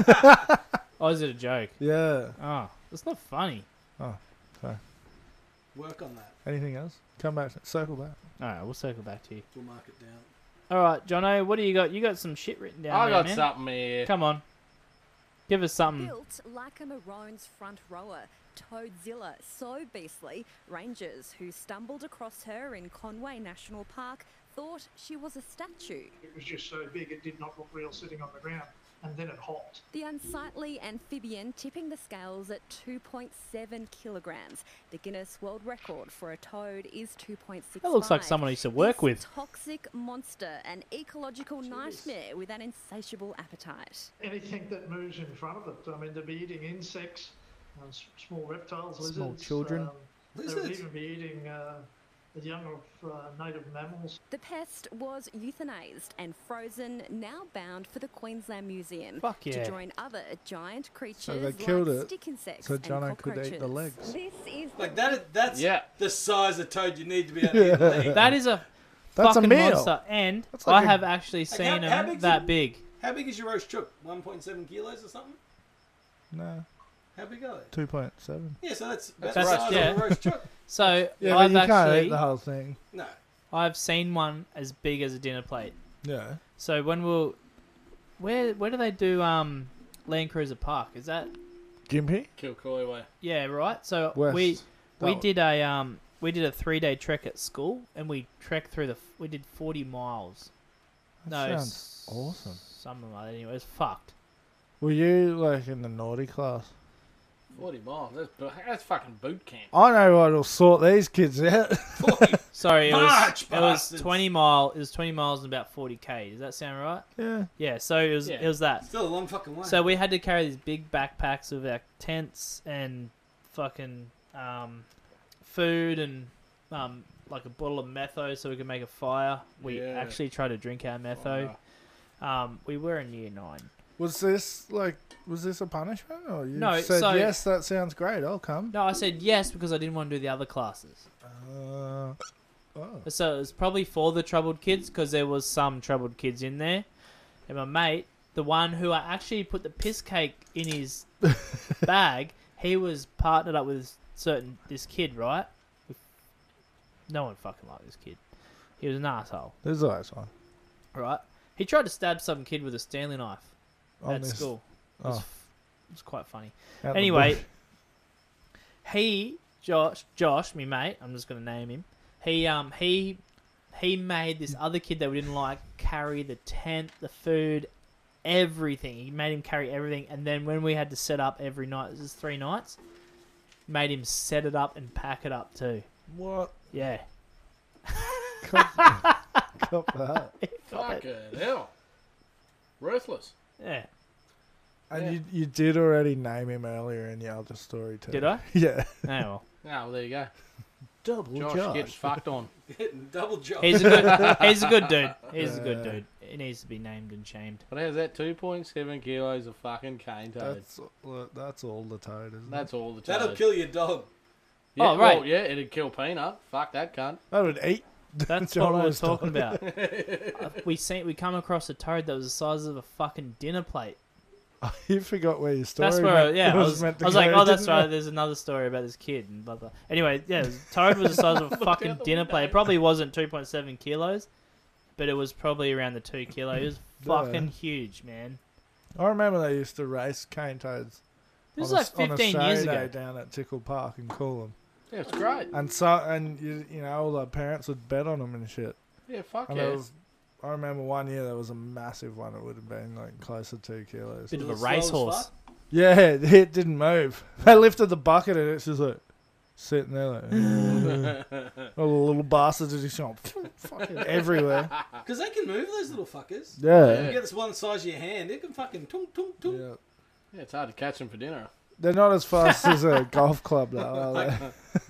[SPEAKER 1] Oh, is it a joke?
[SPEAKER 3] (laughs) yeah.
[SPEAKER 1] Oh, it's not funny.
[SPEAKER 5] Work on that.
[SPEAKER 3] Anything else? Come back, circle back.
[SPEAKER 1] All right, we'll circle back to you.
[SPEAKER 5] We'll mark it down.
[SPEAKER 1] All right, Jono, what do you got? You got some shit written down.
[SPEAKER 2] I
[SPEAKER 1] there,
[SPEAKER 2] got
[SPEAKER 1] man.
[SPEAKER 2] something here.
[SPEAKER 1] Come on, give us something.
[SPEAKER 6] Built like a Maroon's front rower, Toadzilla, so beastly, rangers who stumbled across her in Conway National Park thought she was a statue.
[SPEAKER 7] It was just so big it did not look real sitting on the ground. And then it hopped.
[SPEAKER 6] The unsightly amphibian tipping the scales at 2.7 kilograms. The Guinness World Record for a toad is 2.6.
[SPEAKER 1] That looks like someone I used to work with.
[SPEAKER 6] Toxic monster, an ecological nightmare with an insatiable appetite.
[SPEAKER 7] Anything that moves in front of it. I mean, they'd be eating insects, uh, s- small reptiles, lizards.
[SPEAKER 1] Small children.
[SPEAKER 7] Um, they would
[SPEAKER 5] Lizards?
[SPEAKER 7] even be eating uh, the young of uh, native mammals.
[SPEAKER 6] The pest was euthanized and frozen, now bound for the Queensland Museum
[SPEAKER 1] Fuck yeah.
[SPEAKER 6] to join other giant creatures
[SPEAKER 3] killed
[SPEAKER 6] like
[SPEAKER 3] it
[SPEAKER 6] stick insects
[SPEAKER 3] so
[SPEAKER 6] and
[SPEAKER 3] Jono could
[SPEAKER 6] cockroaches.
[SPEAKER 3] eat the legs.
[SPEAKER 6] This is
[SPEAKER 5] Like that. That's
[SPEAKER 2] Yeah.
[SPEAKER 5] the size of toad you need to be able to eat a leg.
[SPEAKER 1] That is a
[SPEAKER 3] That's a
[SPEAKER 1] fucking
[SPEAKER 3] meal.
[SPEAKER 1] monster, and
[SPEAKER 3] That's like
[SPEAKER 1] I
[SPEAKER 3] a-
[SPEAKER 1] have actually seen
[SPEAKER 5] how- how
[SPEAKER 1] him
[SPEAKER 5] big's
[SPEAKER 1] that
[SPEAKER 5] it?
[SPEAKER 1] big.
[SPEAKER 5] How big is your roast chook? 1.7 kilos or something?
[SPEAKER 3] No,
[SPEAKER 5] How big are they?
[SPEAKER 3] two point seven.
[SPEAKER 5] Yeah, so that's about
[SPEAKER 1] That's
[SPEAKER 5] the
[SPEAKER 1] right,
[SPEAKER 5] size
[SPEAKER 1] yeah.
[SPEAKER 5] of a roast (laughs) chook.
[SPEAKER 1] So
[SPEAKER 3] Yeah, but
[SPEAKER 1] I've
[SPEAKER 3] you can't
[SPEAKER 1] actually
[SPEAKER 3] eat the whole thing.
[SPEAKER 5] No.
[SPEAKER 1] I've seen one as big as a dinner plate.
[SPEAKER 3] Yeah.
[SPEAKER 1] So when we'll where where do they do um Land Cruiser Park? Is that
[SPEAKER 3] Gimpy.
[SPEAKER 2] Kill Coy Way.
[SPEAKER 1] yeah right? So
[SPEAKER 3] West.
[SPEAKER 1] we we
[SPEAKER 3] Oh.
[SPEAKER 1] did a um we did a three day trek at school and we trekked through the we did forty miles.
[SPEAKER 3] That
[SPEAKER 1] no,
[SPEAKER 3] sounds awesome.
[SPEAKER 1] Something like that. Anyway, it was fucked.
[SPEAKER 3] Were you like in the naughty class?
[SPEAKER 2] Forty miles. That's, bu- that's fucking boot camp.
[SPEAKER 3] I know what'll sort these kids (laughs) out.
[SPEAKER 1] Sorry, it was
[SPEAKER 5] March,
[SPEAKER 1] it was
[SPEAKER 5] bastards.
[SPEAKER 1] twenty mile. It was twenty miles and about forty k. Does that sound right?
[SPEAKER 3] yeah.
[SPEAKER 1] Yeah. So it was
[SPEAKER 2] Yeah.
[SPEAKER 1] it was that.
[SPEAKER 5] Still a long fucking way.
[SPEAKER 1] So we had to carry these big backpacks with our tents and fucking um, food and um, like a bottle of metho so we could make a fire. We
[SPEAKER 2] Yeah.
[SPEAKER 1] actually tried to drink our metho. Um, we were in year nine.
[SPEAKER 3] Was this like? Was this a punishment? Or you
[SPEAKER 1] No,
[SPEAKER 3] said
[SPEAKER 1] so-
[SPEAKER 3] yes, that sounds great. I'll come.
[SPEAKER 1] No, I said yes because I didn't want to do the other classes.
[SPEAKER 3] Uh, oh.
[SPEAKER 1] So it was probably for the troubled kids because there was some troubled kids in there. And my mate, the one who I actually put the piss cake in his bag, he was partnered up with this certain this kid, right? No one fucking liked this kid. He was an asshole,
[SPEAKER 3] There's always one.
[SPEAKER 1] right? He tried to stab some kid with a Stanley knife
[SPEAKER 3] On
[SPEAKER 1] at
[SPEAKER 3] this-
[SPEAKER 1] school. It was,
[SPEAKER 3] oh.
[SPEAKER 1] f- it was quite funny.
[SPEAKER 3] out the
[SPEAKER 1] Anyway,
[SPEAKER 3] bush.
[SPEAKER 1] (laughs) he Josh Josh, me mate, I'm just gonna name him. He um he he made this other kid that we didn't like carry the tent, the food, everything. He made him carry everything, and then when we had to set up every night, this is three nights, made him set it up and pack it up too.
[SPEAKER 3] (laughs) what?
[SPEAKER 1] Yeah,
[SPEAKER 3] Cop, cop that.
[SPEAKER 2] Fucking hell. Ruthless.
[SPEAKER 1] yeah.
[SPEAKER 3] And you, you did already name him earlier in your other story too.
[SPEAKER 1] Did I?
[SPEAKER 3] (laughs) Yeah.
[SPEAKER 1] Oh well.
[SPEAKER 2] Ah, well, there you go.
[SPEAKER 3] Double
[SPEAKER 2] Josh, gets fucked on.
[SPEAKER 5] (laughs) Hitting double job.
[SPEAKER 1] He's a good he's a good dude. He's a good dude. He needs to be named and shamed.
[SPEAKER 2] But how's that? 2.7 kilos of fucking cane toad. That's,
[SPEAKER 3] That's look, that's all the toad, isn't it?
[SPEAKER 2] all the toad.
[SPEAKER 5] That'll kill your dog.
[SPEAKER 2] Yeah,
[SPEAKER 1] Oh, right.
[SPEAKER 2] well, yeah, it'd kill Peanut. Fuck that cunt.
[SPEAKER 3] That would eat. (laughs)
[SPEAKER 1] That's
[SPEAKER 3] John
[SPEAKER 1] what I was
[SPEAKER 3] was
[SPEAKER 1] talking about.
[SPEAKER 3] (laughs)
[SPEAKER 1] Uh, we seen we come across a toad that was the size of a fucking dinner plate.
[SPEAKER 3] (laughs) You forgot where your story.
[SPEAKER 1] That's where, I,
[SPEAKER 3] meant- (laughs)
[SPEAKER 1] yeah, I
[SPEAKER 3] was
[SPEAKER 1] was,
[SPEAKER 3] meant to
[SPEAKER 1] I was like,
[SPEAKER 3] go,
[SPEAKER 1] oh, that's
[SPEAKER 3] didn't
[SPEAKER 1] right.
[SPEAKER 3] it?
[SPEAKER 1] There's another story about this kid and blah blah. Anyway, yeah, it was, Toad was the size
[SPEAKER 2] (laughs)
[SPEAKER 1] of a fucking
[SPEAKER 2] the
[SPEAKER 1] dinner plate.
[SPEAKER 2] window.
[SPEAKER 1] It probably wasn't 2.7 kilos, but it was probably around the two kilo.
[SPEAKER 3] (laughs)
[SPEAKER 1] It was
[SPEAKER 3] Yeah.
[SPEAKER 1] fucking huge, man.
[SPEAKER 3] (laughs) I remember they used to race cane toads.
[SPEAKER 1] This is
[SPEAKER 3] on a-
[SPEAKER 1] like
[SPEAKER 3] on a
[SPEAKER 1] 15 years
[SPEAKER 3] Saturday
[SPEAKER 1] ago.
[SPEAKER 3] down at Tickle Park and call them.
[SPEAKER 2] Yeah, it's great.
[SPEAKER 3] And so, and you, you know, all the parents would bet on them and shit.
[SPEAKER 2] Yeah, fuck
[SPEAKER 3] And
[SPEAKER 2] yeah.
[SPEAKER 3] there was, I remember one year there was a massive one. It would have been like close to two kilos.
[SPEAKER 1] Bit of a
[SPEAKER 5] Slow as
[SPEAKER 1] racehorse.
[SPEAKER 5] fuck.
[SPEAKER 3] Yeah, (laughs) it didn't move. They lifted the bucket and it's just like sitting there like
[SPEAKER 1] (laughs)
[SPEAKER 3] all the little bastards are just going (laughs) fucking everywhere.
[SPEAKER 5] Because they can move those little fuckers. You
[SPEAKER 3] Yeah.
[SPEAKER 5] get this one size of your hand, it can fucking tung tung tung.
[SPEAKER 3] yeah.
[SPEAKER 2] Yeah, it's hard to catch him for dinner.
[SPEAKER 3] They're not as fast
[SPEAKER 1] (laughs)
[SPEAKER 3] as a golf club though, are they?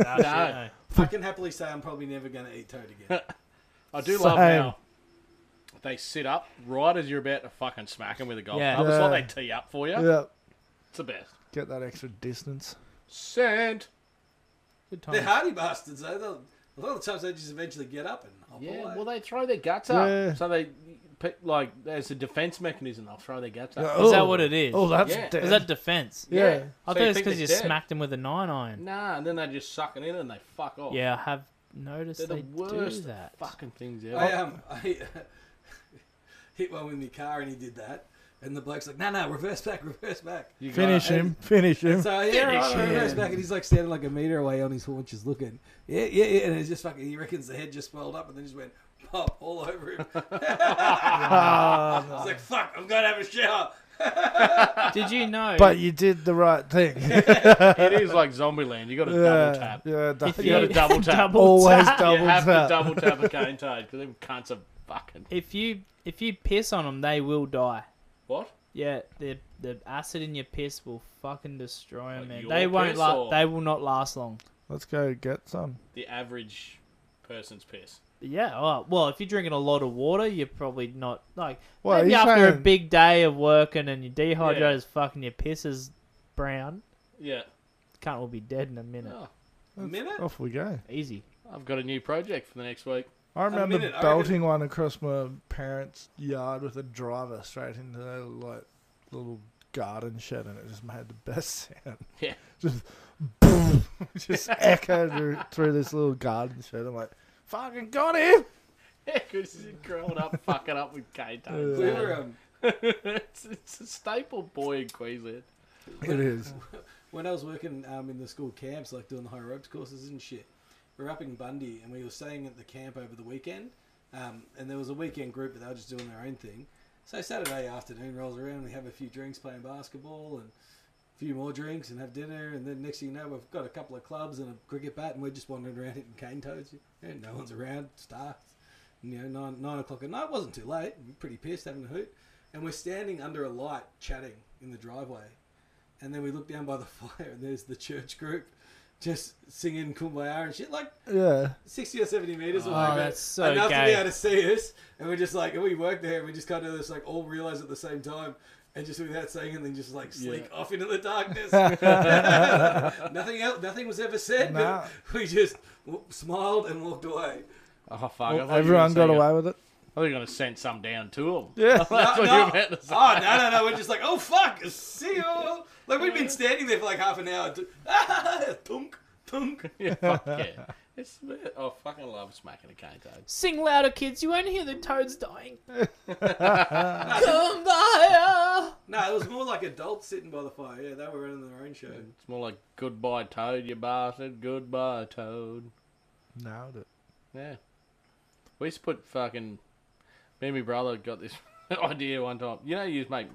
[SPEAKER 1] Nah, shit, no.
[SPEAKER 5] I can happily say I'm probably never going to eat toad
[SPEAKER 2] (laughs)
[SPEAKER 5] again.
[SPEAKER 2] I do
[SPEAKER 3] Same.
[SPEAKER 2] love how they sit up right as you're about to fucking smack him with a golf
[SPEAKER 1] Yeah.
[SPEAKER 2] club. It's like
[SPEAKER 3] Yeah.
[SPEAKER 2] they tee up for you.
[SPEAKER 3] Yeah.
[SPEAKER 2] It's the best.
[SPEAKER 3] Get that extra distance.
[SPEAKER 2] Sand.
[SPEAKER 1] Good
[SPEAKER 5] They're
[SPEAKER 1] time.
[SPEAKER 5] hardy bastards. Though. They'll, a lot of times they just eventually get up and hop
[SPEAKER 2] Yeah,
[SPEAKER 5] away.
[SPEAKER 2] well, they throw their guts up.
[SPEAKER 3] Yeah.
[SPEAKER 2] So they, pe- like, as a defense mechanism, they'll throw their guts up.
[SPEAKER 1] Is
[SPEAKER 3] Oh.
[SPEAKER 1] that what it is?
[SPEAKER 3] Oh, that's
[SPEAKER 2] Yeah.
[SPEAKER 3] dead.
[SPEAKER 1] Is that defense?
[SPEAKER 3] yeah.
[SPEAKER 1] I
[SPEAKER 2] So
[SPEAKER 1] thought it's
[SPEAKER 2] think
[SPEAKER 1] because
[SPEAKER 2] they're
[SPEAKER 1] you
[SPEAKER 2] dead.
[SPEAKER 1] smacked him with a nine iron.
[SPEAKER 2] Nah, and then they just suck it in and they fuck off.
[SPEAKER 1] Yeah, I have noticed
[SPEAKER 2] They're
[SPEAKER 1] they
[SPEAKER 2] the worst
[SPEAKER 1] do that.
[SPEAKER 2] fucking things ever.
[SPEAKER 5] I um, (laughs) I hit one with my car and he did that, and the bloke's like, "No, no, reverse back, reverse back."
[SPEAKER 2] You got
[SPEAKER 3] (laughs) Finish
[SPEAKER 5] Uh,
[SPEAKER 3] him. Finish him.
[SPEAKER 5] So yeah, right, I reverse back, and he's like standing like a meter away on his haunches, looking. Yeah, yeah, yeah, and it's just fucking. He reckons the head just swelled up, and then just went pop all over
[SPEAKER 2] (laughs)
[SPEAKER 5] him. (laughs) I was like, "Fuck, I'm gonna have a shower."
[SPEAKER 1] Did you know?
[SPEAKER 3] (laughs) But you did the right
[SPEAKER 1] (laughs)
[SPEAKER 3] thing. yeah.
[SPEAKER 2] (laughs) it is like Zombieland. You got to double tap.
[SPEAKER 3] Yeah,
[SPEAKER 1] if
[SPEAKER 3] that-
[SPEAKER 1] you
[SPEAKER 2] You gotta
[SPEAKER 3] (laughs)
[SPEAKER 2] double tap.
[SPEAKER 1] double
[SPEAKER 3] always
[SPEAKER 1] tap.
[SPEAKER 3] double
[SPEAKER 2] You have
[SPEAKER 3] tap.
[SPEAKER 2] to double tap a
[SPEAKER 3] (laughs)
[SPEAKER 2] cane toad because them cunts are fucking
[SPEAKER 1] If you if you piss on them, they will die.
[SPEAKER 2] what?
[SPEAKER 1] Yeah, the the acid in your piss will fucking destroy them,
[SPEAKER 2] Like
[SPEAKER 1] man.
[SPEAKER 2] your
[SPEAKER 1] They won't
[SPEAKER 2] piss
[SPEAKER 1] la-
[SPEAKER 2] or-
[SPEAKER 1] They will not last long.
[SPEAKER 3] Let's go get some.
[SPEAKER 2] The average person's piss.
[SPEAKER 1] But yeah. Well, well, if you're drinking a lot of water, you're probably not like
[SPEAKER 3] Well,
[SPEAKER 1] maybe
[SPEAKER 3] you're
[SPEAKER 1] after a
[SPEAKER 3] saying-
[SPEAKER 1] big day of working and you're dehydrated
[SPEAKER 2] Yeah.
[SPEAKER 1] as fucking your piss is brown.
[SPEAKER 2] Yeah.
[SPEAKER 1] Can't will be dead in a minute.
[SPEAKER 2] Oh,
[SPEAKER 5] A minute.
[SPEAKER 3] Off we go.
[SPEAKER 1] Easy.
[SPEAKER 2] I've got a new project for the next week. (laughs)
[SPEAKER 3] I remember
[SPEAKER 5] minute, I reckon-
[SPEAKER 3] belting one across my parents' yard with a driver straight into their like little garden shed, and it just made the best (laughs) sound.
[SPEAKER 2] Yeah.
[SPEAKER 3] just (laughs) boom, just echoed through, through this little garden shed. I'm like, "Fucking got him!"
[SPEAKER 2] Because you're growing up fucking up with (laughs) cane toads.
[SPEAKER 5] We were um,
[SPEAKER 2] it's, it's a staple boy in Queensland.
[SPEAKER 3] It is.
[SPEAKER 5] when I was working um, in the school camps, like doing the high ropes courses and shit, we were up in Bundy and we were staying at the camp over the weekend. Um, and there was a weekend group, but they were just doing their own thing. So Saturday afternoon rolls around, we have a few drinks playing basketball and few more drinks and have dinner, and then next thing you know, we've got a couple of clubs and a cricket bat, and we're just wandering around hitting cane toads. And no one's around, stars. And, you know, nine, nine o'clock at night wasn't too late. We're pretty pissed, having a hoot, and we're standing under a light chatting in the driveway, and then we look down by the (laughs) fire, and there's the church group. Just singing kumbaya and shit, like
[SPEAKER 3] Yeah.
[SPEAKER 5] sixty or seventy meters away.
[SPEAKER 1] Oh,
[SPEAKER 5] but
[SPEAKER 1] that's so
[SPEAKER 5] enough to
[SPEAKER 1] gay.
[SPEAKER 5] be able to see us, and we're just like, and we work there, and we just kind of just like all realize at the same time, and just without saying anything, just like sneak off into the
[SPEAKER 1] (laughs)
[SPEAKER 5] darkness. nothing else, nothing was ever said.
[SPEAKER 3] Nah.
[SPEAKER 5] But (laughs) we just w- smiled and walked away.
[SPEAKER 2] Oh fuck! I thought you were gonna
[SPEAKER 3] Everyone
[SPEAKER 2] say-
[SPEAKER 3] got
[SPEAKER 2] uh,
[SPEAKER 3] away with it.
[SPEAKER 2] I thought you were gonna send some down (laughs) to them.
[SPEAKER 3] Yeah.
[SPEAKER 2] That's
[SPEAKER 5] No,
[SPEAKER 2] what
[SPEAKER 5] no.
[SPEAKER 2] you were about to say.
[SPEAKER 5] Oh no no no! We're just like, oh fuck, see you. all." Like
[SPEAKER 1] (laughs)
[SPEAKER 5] we've been standing there for like half an hour. (laughs) t- Tunk tunk.
[SPEAKER 2] (laughs) yeah, fuck yeah. It's, I fucking love smacking a cane toad.
[SPEAKER 1] Sing louder, kids. You won't hear the toads
[SPEAKER 3] (laughs)
[SPEAKER 1] dying. Come by.
[SPEAKER 5] No, it was more like adults sitting by the fire. Yeah, they were running their own show.
[SPEAKER 2] It's more like goodbye toad, you bastard. Goodbye toad.
[SPEAKER 3] Nailed it.
[SPEAKER 2] Yeah. We used to put fucking. Me and my brother got this (laughs) idea one time. You know, you used to make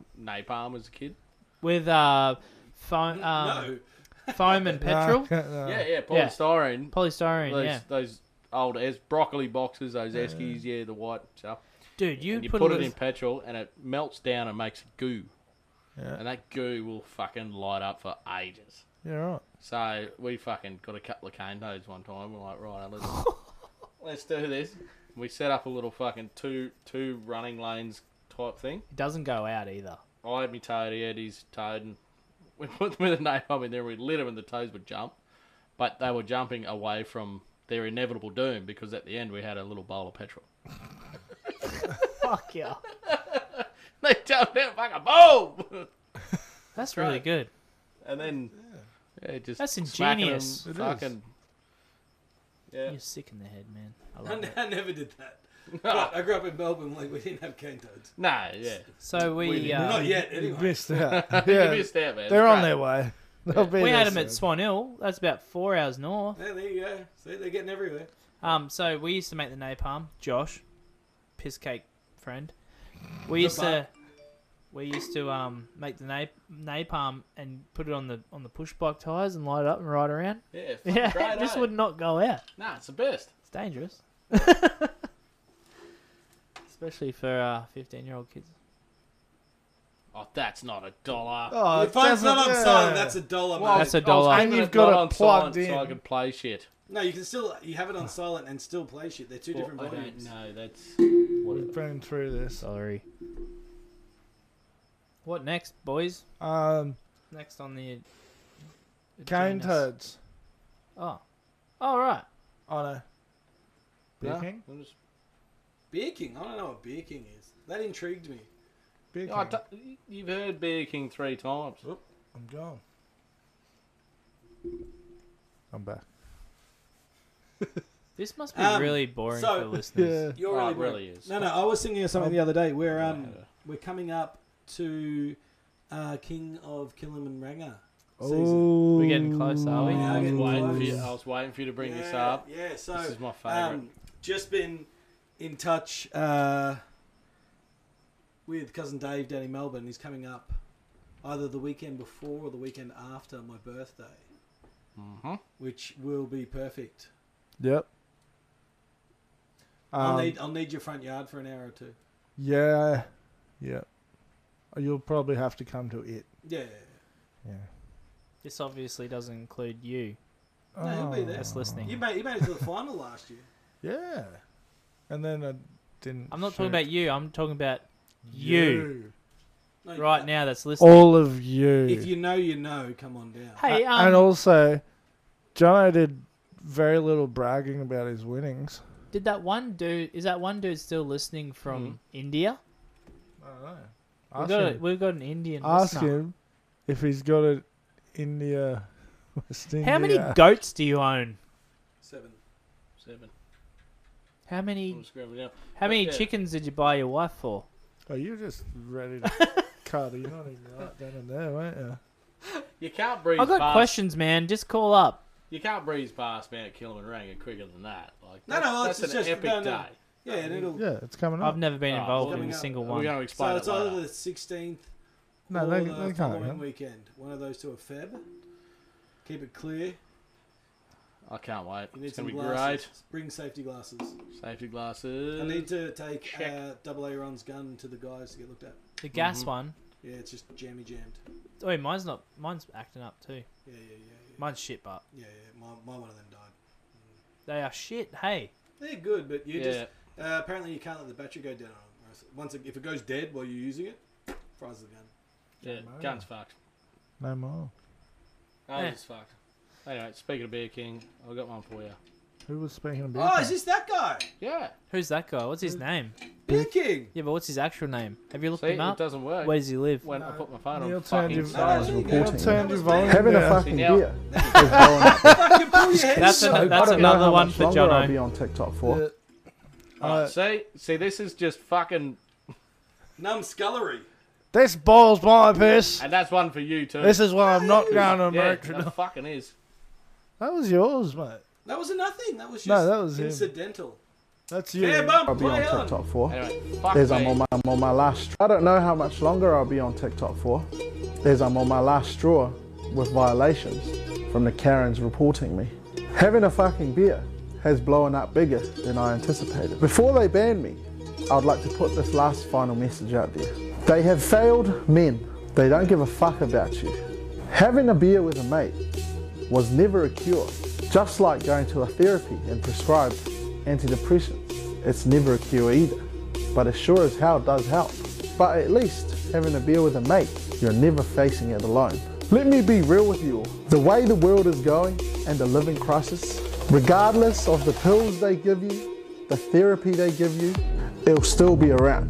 [SPEAKER 2] napalm as a kid.
[SPEAKER 1] With uh, foam, um,
[SPEAKER 5] (laughs) no,
[SPEAKER 1] foam and petrol,
[SPEAKER 3] (laughs) Nah, nah.
[SPEAKER 2] yeah, Uh, yeah, polystyrene.
[SPEAKER 1] polystyrene.
[SPEAKER 2] Those,
[SPEAKER 1] yeah,
[SPEAKER 2] those old es- broccoli boxes, those eskies, yeah, the white stuff.
[SPEAKER 1] dude, you,
[SPEAKER 2] And you put, it
[SPEAKER 1] little-
[SPEAKER 2] in petrol, and it melts down and makes goo.
[SPEAKER 3] Yeah.
[SPEAKER 2] And that goo will fucking light up for ages.
[SPEAKER 3] Yeah, right.
[SPEAKER 2] So we fucking got a couple of cane toads one time. We're like, right, (laughs) let's let's do this. We set up a little fucking two two running lanes type thing.
[SPEAKER 1] It doesn't go out either.
[SPEAKER 2] Oh, I had me toad, he had his toad, and (laughs) we put them with a name on in there. We lit them, and the toads would jump, but they were jumping away from their inevitable doom because at the end we had a little bowl of petrol. (laughs)
[SPEAKER 1] Fuck yeah,
[SPEAKER 2] They jumped out, fucking (laughs) boom,
[SPEAKER 1] (laughs) that's really
[SPEAKER 2] right.
[SPEAKER 1] good.
[SPEAKER 2] and then yeah, just
[SPEAKER 1] That's
[SPEAKER 2] smacking 'em,
[SPEAKER 1] ingenious.
[SPEAKER 3] It is.
[SPEAKER 2] fucking yeah.
[SPEAKER 1] You're sick in the head, man. I
[SPEAKER 5] I
[SPEAKER 1] love
[SPEAKER 5] ne-
[SPEAKER 1] it.
[SPEAKER 5] I never did that. But I grew up in Melbourne, like we didn't have cane toads.
[SPEAKER 2] No, yeah,
[SPEAKER 1] So we uh,
[SPEAKER 5] Not yet,
[SPEAKER 3] (laughs) You
[SPEAKER 5] anyway.
[SPEAKER 3] missed out.
[SPEAKER 2] you
[SPEAKER 3] Yeah.
[SPEAKER 2] missed out, man.
[SPEAKER 3] They're
[SPEAKER 2] It's
[SPEAKER 3] on
[SPEAKER 2] great.
[SPEAKER 3] their way. (laughs) They'll be
[SPEAKER 1] we
[SPEAKER 3] there
[SPEAKER 1] had them at
[SPEAKER 3] soon.
[SPEAKER 1] Swan Hill. That's about four hours north.
[SPEAKER 5] Yeah, there you go. See, they're getting everywhere.
[SPEAKER 1] Um, so we used to make the napalm, Josh, piss cake friend. We used to, we used to um make the nap- napalm and put it on the on the push bike tires and light it up and ride around. (laughs)
[SPEAKER 2] Yeah, fucking
[SPEAKER 1] Yeah,
[SPEAKER 2] great,
[SPEAKER 1] this
[SPEAKER 2] eh?
[SPEAKER 1] would not go out.
[SPEAKER 2] Nah, it's the best.
[SPEAKER 1] It's dangerous, (laughs) especially for uh fifteen year old kids.
[SPEAKER 2] Oh, that's not a dollar.
[SPEAKER 3] Oh,
[SPEAKER 5] if phone's not on
[SPEAKER 3] yeah.
[SPEAKER 5] silent, that's a
[SPEAKER 3] Oh,
[SPEAKER 5] dollar.
[SPEAKER 2] Well,
[SPEAKER 5] mate.
[SPEAKER 1] That's a
[SPEAKER 2] I was
[SPEAKER 1] dollar.
[SPEAKER 2] aiming
[SPEAKER 3] And you've
[SPEAKER 2] at not
[SPEAKER 3] got it
[SPEAKER 2] on
[SPEAKER 3] plugged
[SPEAKER 2] silent so I
[SPEAKER 3] in.
[SPEAKER 2] can play shit.
[SPEAKER 5] no, you can still you have it on silent and still play shit. They're two
[SPEAKER 2] Well,
[SPEAKER 5] different volumes.
[SPEAKER 2] I don't know. That's
[SPEAKER 3] We've been through this.
[SPEAKER 1] Sorry. What next, boys?
[SPEAKER 3] Um,
[SPEAKER 1] Next on the
[SPEAKER 3] cane
[SPEAKER 1] agendas.
[SPEAKER 3] toads.
[SPEAKER 1] Oh, all right.
[SPEAKER 3] Oh no. Beer
[SPEAKER 2] No,
[SPEAKER 3] King?
[SPEAKER 2] I'm just-
[SPEAKER 5] Beer King. I don't know what Beer King is. That intrigued me.
[SPEAKER 3] Beer
[SPEAKER 2] Oh, I
[SPEAKER 3] King.
[SPEAKER 2] d- you've heard Beer King three times.
[SPEAKER 3] I'm gone. I'm back.
[SPEAKER 1] This must be
[SPEAKER 5] Um,
[SPEAKER 1] really boring
[SPEAKER 5] so-
[SPEAKER 3] (laughs)
[SPEAKER 1] for the listeners.
[SPEAKER 3] Yeah.
[SPEAKER 5] You're
[SPEAKER 2] Oh,
[SPEAKER 5] really,
[SPEAKER 2] it really is.
[SPEAKER 5] No, no. I was thinking of something the other day. We're um
[SPEAKER 2] Yeah.
[SPEAKER 5] we're coming up to uh, King of Kilimanjaro season.
[SPEAKER 3] Oh,
[SPEAKER 1] We're getting close, are we?
[SPEAKER 5] Yeah,
[SPEAKER 2] I, was
[SPEAKER 5] getting
[SPEAKER 2] waiting for
[SPEAKER 5] close.
[SPEAKER 2] you, I was waiting for you to bring
[SPEAKER 5] yeah,
[SPEAKER 2] this up.
[SPEAKER 5] Yeah. So
[SPEAKER 2] This is my favourite.
[SPEAKER 5] Um, just been in touch uh, with cousin Dave down in Melbourne. He's coming up either the weekend before or the weekend after my birthday,
[SPEAKER 2] Mm-hmm.
[SPEAKER 5] which will be perfect.
[SPEAKER 3] Yep.
[SPEAKER 5] I'll
[SPEAKER 3] Um,
[SPEAKER 5] need I'll need your front yard for an hour or two.
[SPEAKER 3] yeah. Yep. You'll probably have to come to it.
[SPEAKER 5] Yeah.
[SPEAKER 3] Yeah.
[SPEAKER 1] This obviously doesn't include you.
[SPEAKER 5] No,
[SPEAKER 3] Oh,
[SPEAKER 5] he'll be there.
[SPEAKER 1] That's
[SPEAKER 5] You
[SPEAKER 1] listening.
[SPEAKER 5] made you made it to the final last year.
[SPEAKER 3] Yeah. And then I didn't.
[SPEAKER 1] I'm not
[SPEAKER 3] shoot
[SPEAKER 1] talking about you. I'm talking about (laughs) you
[SPEAKER 5] No, you-
[SPEAKER 1] right now. That's listening.
[SPEAKER 3] All of you.
[SPEAKER 5] If you know, you know. Come on down.
[SPEAKER 1] Hey,
[SPEAKER 3] A-
[SPEAKER 1] um,
[SPEAKER 3] and also, Jono did very little bragging about his winnings.
[SPEAKER 1] did that one dude? Is that one dude still listening from India?
[SPEAKER 3] I don't know.
[SPEAKER 1] We've
[SPEAKER 3] Ask,
[SPEAKER 1] got, a,
[SPEAKER 3] him,
[SPEAKER 1] we've got an Indian.
[SPEAKER 3] ask
[SPEAKER 1] listener.
[SPEAKER 3] him if he's got an India. (laughs) West India.
[SPEAKER 1] How many goats do you own?
[SPEAKER 5] Seven.
[SPEAKER 2] Seven.
[SPEAKER 1] How
[SPEAKER 2] I'm
[SPEAKER 1] many?
[SPEAKER 2] screaming now.
[SPEAKER 1] How many
[SPEAKER 2] yeah.
[SPEAKER 1] chickens did you buy your wife for?
[SPEAKER 3] Oh, you're just ready to
[SPEAKER 1] (laughs)
[SPEAKER 3] cut. You're not even right down in there, weren't you?
[SPEAKER 2] You can't breeze
[SPEAKER 1] I got
[SPEAKER 2] past.
[SPEAKER 1] questions, man. Just call up.
[SPEAKER 2] You can't breeze past Mount Kilimanjaro quicker than that. Like
[SPEAKER 5] No, no,
[SPEAKER 2] that's,
[SPEAKER 5] well,
[SPEAKER 2] that's
[SPEAKER 5] it's
[SPEAKER 2] an
[SPEAKER 5] just-
[SPEAKER 2] epic
[SPEAKER 5] no, no.
[SPEAKER 2] day.
[SPEAKER 5] Yeah, and it'll.
[SPEAKER 3] Yeah, it's coming
[SPEAKER 1] I've
[SPEAKER 3] up.
[SPEAKER 1] never been
[SPEAKER 2] Oh,
[SPEAKER 1] involved
[SPEAKER 2] well,
[SPEAKER 1] in
[SPEAKER 5] coming
[SPEAKER 1] a
[SPEAKER 5] up.
[SPEAKER 1] single
[SPEAKER 2] We're
[SPEAKER 1] one.
[SPEAKER 2] going to
[SPEAKER 5] So
[SPEAKER 2] explain
[SPEAKER 5] it's
[SPEAKER 2] it later.
[SPEAKER 5] either the sixteenth
[SPEAKER 3] No,
[SPEAKER 5] or
[SPEAKER 3] they,
[SPEAKER 5] the
[SPEAKER 3] they can't.
[SPEAKER 5] following
[SPEAKER 3] man.
[SPEAKER 5] weekend. One of those two are Feb. Keep it clear.
[SPEAKER 2] I can't wait.
[SPEAKER 5] You need
[SPEAKER 2] It's
[SPEAKER 5] some
[SPEAKER 2] gonna be
[SPEAKER 5] glasses. Bring safety glasses.
[SPEAKER 2] great. Safety glasses.
[SPEAKER 5] I need to take
[SPEAKER 2] Uh, Check.
[SPEAKER 5] uh, Double A Ron's gun to the guys to get looked at.
[SPEAKER 1] The gas
[SPEAKER 2] mm-hmm.
[SPEAKER 1] one.
[SPEAKER 5] Yeah, it's just jammy jammed.
[SPEAKER 1] Oh, wait, mine's not. Mine's acting up too.
[SPEAKER 5] Yeah, yeah, yeah,
[SPEAKER 1] Mine's shit, but
[SPEAKER 5] yeah, yeah. yeah. My, my one of them died.
[SPEAKER 1] they are shit. Hey,
[SPEAKER 5] They're good, but you
[SPEAKER 2] yeah.
[SPEAKER 5] just uh, apparently you can't let the battery go down. on 'em, or else- Once it, if it goes dead while you're using it, fries the gun.
[SPEAKER 2] yeah.
[SPEAKER 3] Come on.
[SPEAKER 2] Gun's fucked.
[SPEAKER 3] No more.
[SPEAKER 2] Nose
[SPEAKER 1] Yeah.
[SPEAKER 2] is fucked. Anyway, speaking of Beer King, I've got one for you.
[SPEAKER 3] Who was speaking of beer?
[SPEAKER 5] Oh,
[SPEAKER 3] can?
[SPEAKER 5] is this that guy?
[SPEAKER 2] Yeah.
[SPEAKER 1] who's that guy? What's his name?
[SPEAKER 5] Beer King.
[SPEAKER 1] Yeah, but what's his actual name? Have you looked
[SPEAKER 2] See,
[SPEAKER 1] him
[SPEAKER 2] it
[SPEAKER 1] up?
[SPEAKER 2] doesn't work.
[SPEAKER 1] Where does he live?
[SPEAKER 2] when I put my phone
[SPEAKER 3] Neil
[SPEAKER 2] on
[SPEAKER 3] turned
[SPEAKER 2] fucking
[SPEAKER 3] your
[SPEAKER 5] Oh,
[SPEAKER 2] silent.
[SPEAKER 5] there you go.
[SPEAKER 8] reporting.
[SPEAKER 3] Turned your
[SPEAKER 5] That was
[SPEAKER 3] volume
[SPEAKER 5] me.
[SPEAKER 8] Having a
[SPEAKER 3] down.
[SPEAKER 8] fucking
[SPEAKER 2] now-
[SPEAKER 8] beer. Is blowing up.
[SPEAKER 3] (laughs)
[SPEAKER 5] Fucking pull your head.
[SPEAKER 1] That's,
[SPEAKER 5] in.
[SPEAKER 1] an, that's
[SPEAKER 8] I don't know
[SPEAKER 1] another
[SPEAKER 8] how
[SPEAKER 1] one
[SPEAKER 8] much
[SPEAKER 1] for
[SPEAKER 8] longer I'll
[SPEAKER 1] Jono.
[SPEAKER 8] be on TikTok for.
[SPEAKER 3] Yeah.
[SPEAKER 2] Alright,
[SPEAKER 3] Uh,
[SPEAKER 2] see, see, this is just fucking,
[SPEAKER 5] Numbscullery.
[SPEAKER 3] This boils my piss.
[SPEAKER 2] and that's one for you too.
[SPEAKER 3] This is why I'm not going to
[SPEAKER 2] yeah,
[SPEAKER 3] America.
[SPEAKER 2] that fucking is.
[SPEAKER 3] That was yours, mate.
[SPEAKER 5] That was a nothing. That was just
[SPEAKER 3] No, that was him.
[SPEAKER 5] incidental.
[SPEAKER 3] That's you.
[SPEAKER 5] Yeah, bump.
[SPEAKER 8] I'll be on
[SPEAKER 5] Play on.
[SPEAKER 8] TikTok for.
[SPEAKER 2] Anyway, fuck
[SPEAKER 8] There's
[SPEAKER 2] me.
[SPEAKER 8] I'm on my, I'm on my last. str- I don't know how much longer I'll be on TikTok for. There's I'm on my last straw with violations from the Karens reporting me. Having a fucking beer has blown up bigger than I anticipated. Before they ban me, I'd like to put this last final message out there. They have failed men. They don't give a fuck about you. Having a beer with a mate was never a cure. Just like going to a therapy and prescribed antidepressants, it's never a cure either but it sure as hell does help. But at least having a beer with a mate, you're never facing it alone. Let me be real with you all. The way the world is going and the living crisis, regardless of the pills they give you, the therapy they give you, it'll still be around.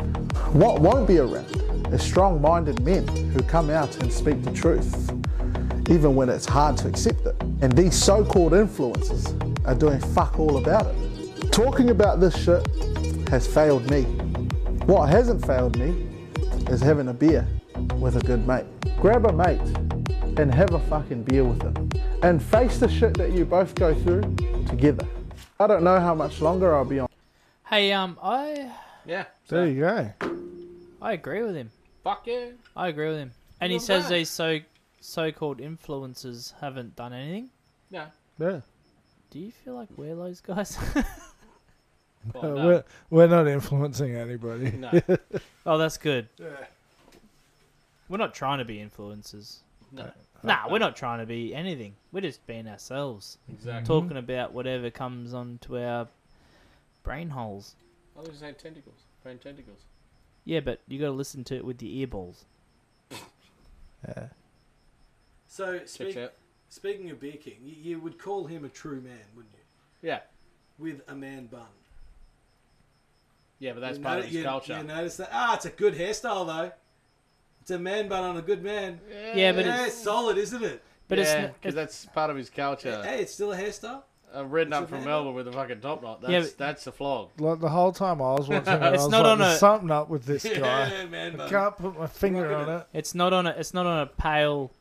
[SPEAKER 8] What won't be around is strong minded men who come out and speak the truth, even when it's hard to accept it. And these so called influencers are doing fuck all about it. Talking about this shit has failed me. What hasn't failed me is having a beer with a good mate. Grab a mate and have a fucking beer with him. And face the shit that you both go through together. I don't know how much longer I'll be on.
[SPEAKER 1] Hey, um, I
[SPEAKER 2] Yeah.
[SPEAKER 3] There
[SPEAKER 2] So,
[SPEAKER 3] you go.
[SPEAKER 1] I agree with him.
[SPEAKER 2] fuck you.
[SPEAKER 1] I agree with him. And he
[SPEAKER 2] Not
[SPEAKER 1] says
[SPEAKER 2] bad.
[SPEAKER 1] these so so-called influencers haven't done anything.
[SPEAKER 3] (laughs)
[SPEAKER 2] No.
[SPEAKER 3] Yeah.
[SPEAKER 1] Do you feel like we're those guys?
[SPEAKER 2] Well,
[SPEAKER 3] Uh,
[SPEAKER 2] Oh, no.
[SPEAKER 3] We're, we're not influencing anybody.
[SPEAKER 2] no.
[SPEAKER 1] oh, that's good. We're not trying to be influencers.
[SPEAKER 5] (laughs)
[SPEAKER 2] No.
[SPEAKER 1] Nah, we're not trying to be anything. We're just being ourselves,
[SPEAKER 5] Mm-hmm.
[SPEAKER 2] Exactly.
[SPEAKER 1] talking about whatever comes onto our brain holes.
[SPEAKER 2] I was just saying tentacles. Brain tentacles.
[SPEAKER 1] Yeah, but you got to listen to it with your earballs.
[SPEAKER 5] So
[SPEAKER 2] Checks
[SPEAKER 5] speak,
[SPEAKER 2] out.
[SPEAKER 5] speaking of Beer King, you, you would call him a true man, wouldn't you?
[SPEAKER 2] Yeah.
[SPEAKER 5] With a man bun.
[SPEAKER 2] Yeah, but that's
[SPEAKER 5] You
[SPEAKER 2] part
[SPEAKER 5] know-
[SPEAKER 2] of his
[SPEAKER 5] you,
[SPEAKER 2] culture.
[SPEAKER 5] You notice that? Ah, it's a good hairstyle though. It's a man bun on a good man.
[SPEAKER 1] Yeah, but
[SPEAKER 5] yeah,
[SPEAKER 1] it's
[SPEAKER 5] it's solid, isn't it?
[SPEAKER 1] but
[SPEAKER 2] yeah,
[SPEAKER 1] it's,
[SPEAKER 2] because
[SPEAKER 1] it's
[SPEAKER 2] that's part of his culture.
[SPEAKER 5] Hey, it's still a hairstyle.
[SPEAKER 2] A redneck
[SPEAKER 5] it's a
[SPEAKER 2] from
[SPEAKER 5] man.
[SPEAKER 2] Melbourne with a fucking top knot. That's
[SPEAKER 1] but-
[SPEAKER 2] that's a flog.
[SPEAKER 3] Like the whole time I was watching it, I
[SPEAKER 1] It's
[SPEAKER 3] was
[SPEAKER 1] not
[SPEAKER 3] like,
[SPEAKER 1] on
[SPEAKER 3] "There's
[SPEAKER 1] a-
[SPEAKER 3] something up with
[SPEAKER 5] (laughs)
[SPEAKER 3] this guy.
[SPEAKER 5] Yeah, man
[SPEAKER 3] I
[SPEAKER 5] bun.
[SPEAKER 3] can't put my finger
[SPEAKER 5] Look
[SPEAKER 3] on
[SPEAKER 5] at
[SPEAKER 3] it.
[SPEAKER 1] it's not on a it's not on a pale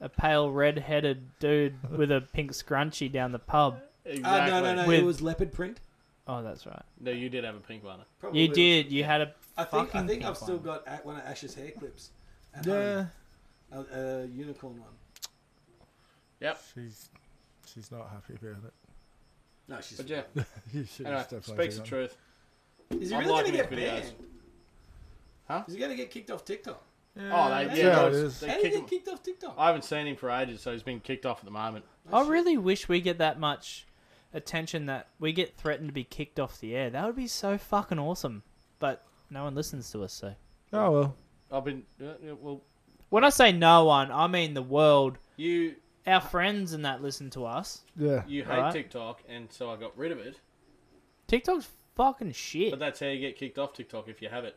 [SPEAKER 1] a pale red-headed dude with a pink scrunchie down the pub.
[SPEAKER 5] Ah,
[SPEAKER 2] Exactly.
[SPEAKER 5] no, no, no.
[SPEAKER 1] With-
[SPEAKER 5] It was leopard print.
[SPEAKER 1] Oh, that's right.
[SPEAKER 2] No, you did have a pink one.
[SPEAKER 5] Probably
[SPEAKER 1] You
[SPEAKER 5] was.
[SPEAKER 1] did. You had a
[SPEAKER 5] I think I
[SPEAKER 1] fucking
[SPEAKER 5] think
[SPEAKER 1] pink
[SPEAKER 5] I've still
[SPEAKER 1] one.
[SPEAKER 5] got a- one of Ash's hair clips. At
[SPEAKER 3] Yeah.
[SPEAKER 5] home. A, a unicorn one.
[SPEAKER 3] She's she's not happy about it.
[SPEAKER 5] No, she's.
[SPEAKER 2] But yeah,
[SPEAKER 3] You should
[SPEAKER 2] anyway,
[SPEAKER 3] just definitely
[SPEAKER 2] speaks the
[SPEAKER 3] take it.
[SPEAKER 2] truth.
[SPEAKER 5] Is he
[SPEAKER 2] I'm
[SPEAKER 5] really going to
[SPEAKER 2] liking
[SPEAKER 5] get
[SPEAKER 2] his videos.
[SPEAKER 5] banned?
[SPEAKER 2] Huh?
[SPEAKER 5] Is he going to get kicked off TikTok?
[SPEAKER 2] Oh, they,
[SPEAKER 3] Yeah,
[SPEAKER 2] yeah,
[SPEAKER 3] it
[SPEAKER 2] those-
[SPEAKER 3] is.
[SPEAKER 2] they
[SPEAKER 5] How did
[SPEAKER 2] kick
[SPEAKER 5] he
[SPEAKER 2] him-
[SPEAKER 5] get kicked off TikTok?
[SPEAKER 2] I haven't seen him for ages, so he's been kicked off at the moment.
[SPEAKER 3] Oh,
[SPEAKER 1] I really wish we get that much attention that we get threatened to be kicked off the air. That would be so fucking awesome. But no one listens to us, so.
[SPEAKER 3] Oh well.
[SPEAKER 2] I've been uh, yeah, well.
[SPEAKER 1] When I say no one, I mean the world.
[SPEAKER 2] You
[SPEAKER 1] Our friends and that listen to us.
[SPEAKER 3] Yeah.
[SPEAKER 2] you hate
[SPEAKER 1] Alright.
[SPEAKER 2] TikTok, and so I got rid of it.
[SPEAKER 1] TikTok's fucking shit.
[SPEAKER 2] But that's how you get kicked off TikTok if you have it.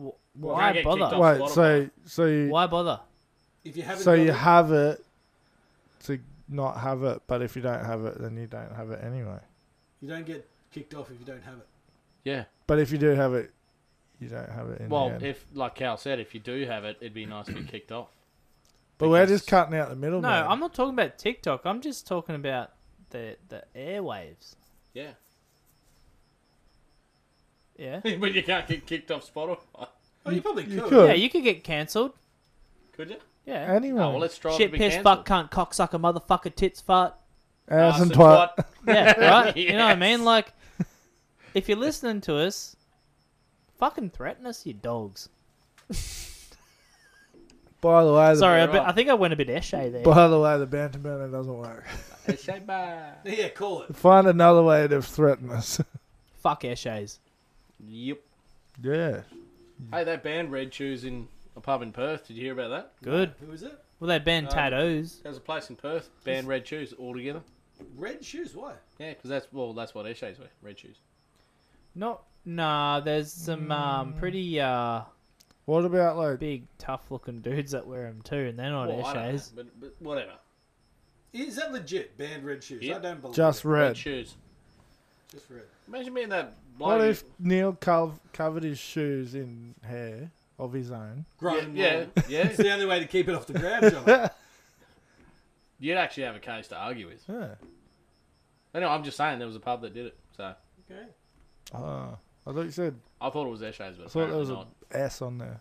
[SPEAKER 1] Wh-
[SPEAKER 2] I
[SPEAKER 1] Why
[SPEAKER 2] get kicked
[SPEAKER 1] bother?
[SPEAKER 2] off.
[SPEAKER 3] Wait.
[SPEAKER 2] Spotify.
[SPEAKER 3] So so you,
[SPEAKER 1] Why bother?
[SPEAKER 5] If you haven't,
[SPEAKER 3] so
[SPEAKER 5] got
[SPEAKER 3] you
[SPEAKER 5] it-
[SPEAKER 3] have it to not have it, but if you don't have it, then you don't have it anyway.
[SPEAKER 5] you don't get kicked off if you don't have it.
[SPEAKER 2] Yeah.
[SPEAKER 3] But if you do have it, you don't have it. In
[SPEAKER 2] Well,
[SPEAKER 3] the end.
[SPEAKER 2] if like Cal said, if you do have it, it'd be nice to be kicked off.
[SPEAKER 3] but we're
[SPEAKER 2] because-
[SPEAKER 3] just cutting out the middle.
[SPEAKER 1] No, I'm not talking about TikTok. I'm just talking about the the airwaves.
[SPEAKER 2] Yeah.
[SPEAKER 1] Yeah.
[SPEAKER 2] (laughs) but you can't get kicked off Spotify.
[SPEAKER 5] Oh, you probably
[SPEAKER 3] You
[SPEAKER 5] Oh, could.
[SPEAKER 3] could.
[SPEAKER 1] Yeah, you could get cancelled.
[SPEAKER 2] Could you?
[SPEAKER 1] Yeah.
[SPEAKER 3] Anyway,
[SPEAKER 2] Oh, well, let's try
[SPEAKER 1] Shit,
[SPEAKER 2] to be
[SPEAKER 1] piss, fuck, cunt, cocksucker, motherfucker, tits, fart.
[SPEAKER 3] ass and twat.
[SPEAKER 5] (laughs)
[SPEAKER 1] Yeah, right? You know what I
[SPEAKER 2] Yes.
[SPEAKER 1] mean? Like, if you're listening to us, fucking threaten us, you dogs.
[SPEAKER 3] By the way, the,
[SPEAKER 1] Sorry, I,
[SPEAKER 2] better
[SPEAKER 1] be-
[SPEAKER 2] off.
[SPEAKER 1] I think I went a bit eshe there.
[SPEAKER 3] By the way, the banter banner doesn't work.
[SPEAKER 5] Yeah, call it.
[SPEAKER 3] Find another way to threaten us.
[SPEAKER 1] Fuck eshes.
[SPEAKER 2] Yep.
[SPEAKER 3] yeah.
[SPEAKER 2] Hey, that band Red Shoes in a pub in Perth. Did you hear about that?
[SPEAKER 1] Good.
[SPEAKER 5] Who is it?
[SPEAKER 1] Well, they ban tattoos.
[SPEAKER 2] There's a place in Perth, band Red Shoes altogether.
[SPEAKER 5] Red shoes. Why?
[SPEAKER 2] Yeah, because that's well, that's what Eshays wear, Red Shoes.
[SPEAKER 1] Not. Nah, there's some um,
[SPEAKER 5] Mm.
[SPEAKER 1] pretty uh,
[SPEAKER 3] What about like?
[SPEAKER 1] big, tough looking dudes that wear them too, and they're not
[SPEAKER 2] Well, I don't know,
[SPEAKER 1] eshes.
[SPEAKER 2] but, but whatever.
[SPEAKER 5] Is that legit? Banned red shoes.
[SPEAKER 2] Yeah.
[SPEAKER 5] I don't believe
[SPEAKER 3] Just
[SPEAKER 5] it.
[SPEAKER 2] Red,
[SPEAKER 3] red.
[SPEAKER 2] Shoes.
[SPEAKER 5] Just red.
[SPEAKER 2] Imagine being that bloke.
[SPEAKER 3] What if Neil cov- covered his shoes in hair of his own?
[SPEAKER 2] yeah,
[SPEAKER 5] Grown
[SPEAKER 2] yeah,
[SPEAKER 5] woman.
[SPEAKER 2] yeah.
[SPEAKER 5] It's the only way to keep it off the ground,
[SPEAKER 3] (laughs)
[SPEAKER 5] John.
[SPEAKER 2] You'd actually have a case to argue with.
[SPEAKER 3] Yeah.
[SPEAKER 2] Anyway, I'm just saying there was a pub that did it, so
[SPEAKER 5] okay.
[SPEAKER 3] Oh, I thought you said.
[SPEAKER 2] I thought it was Eshays, but
[SPEAKER 3] I thought there
[SPEAKER 2] apparently
[SPEAKER 3] was a
[SPEAKER 2] not.
[SPEAKER 3] S on there.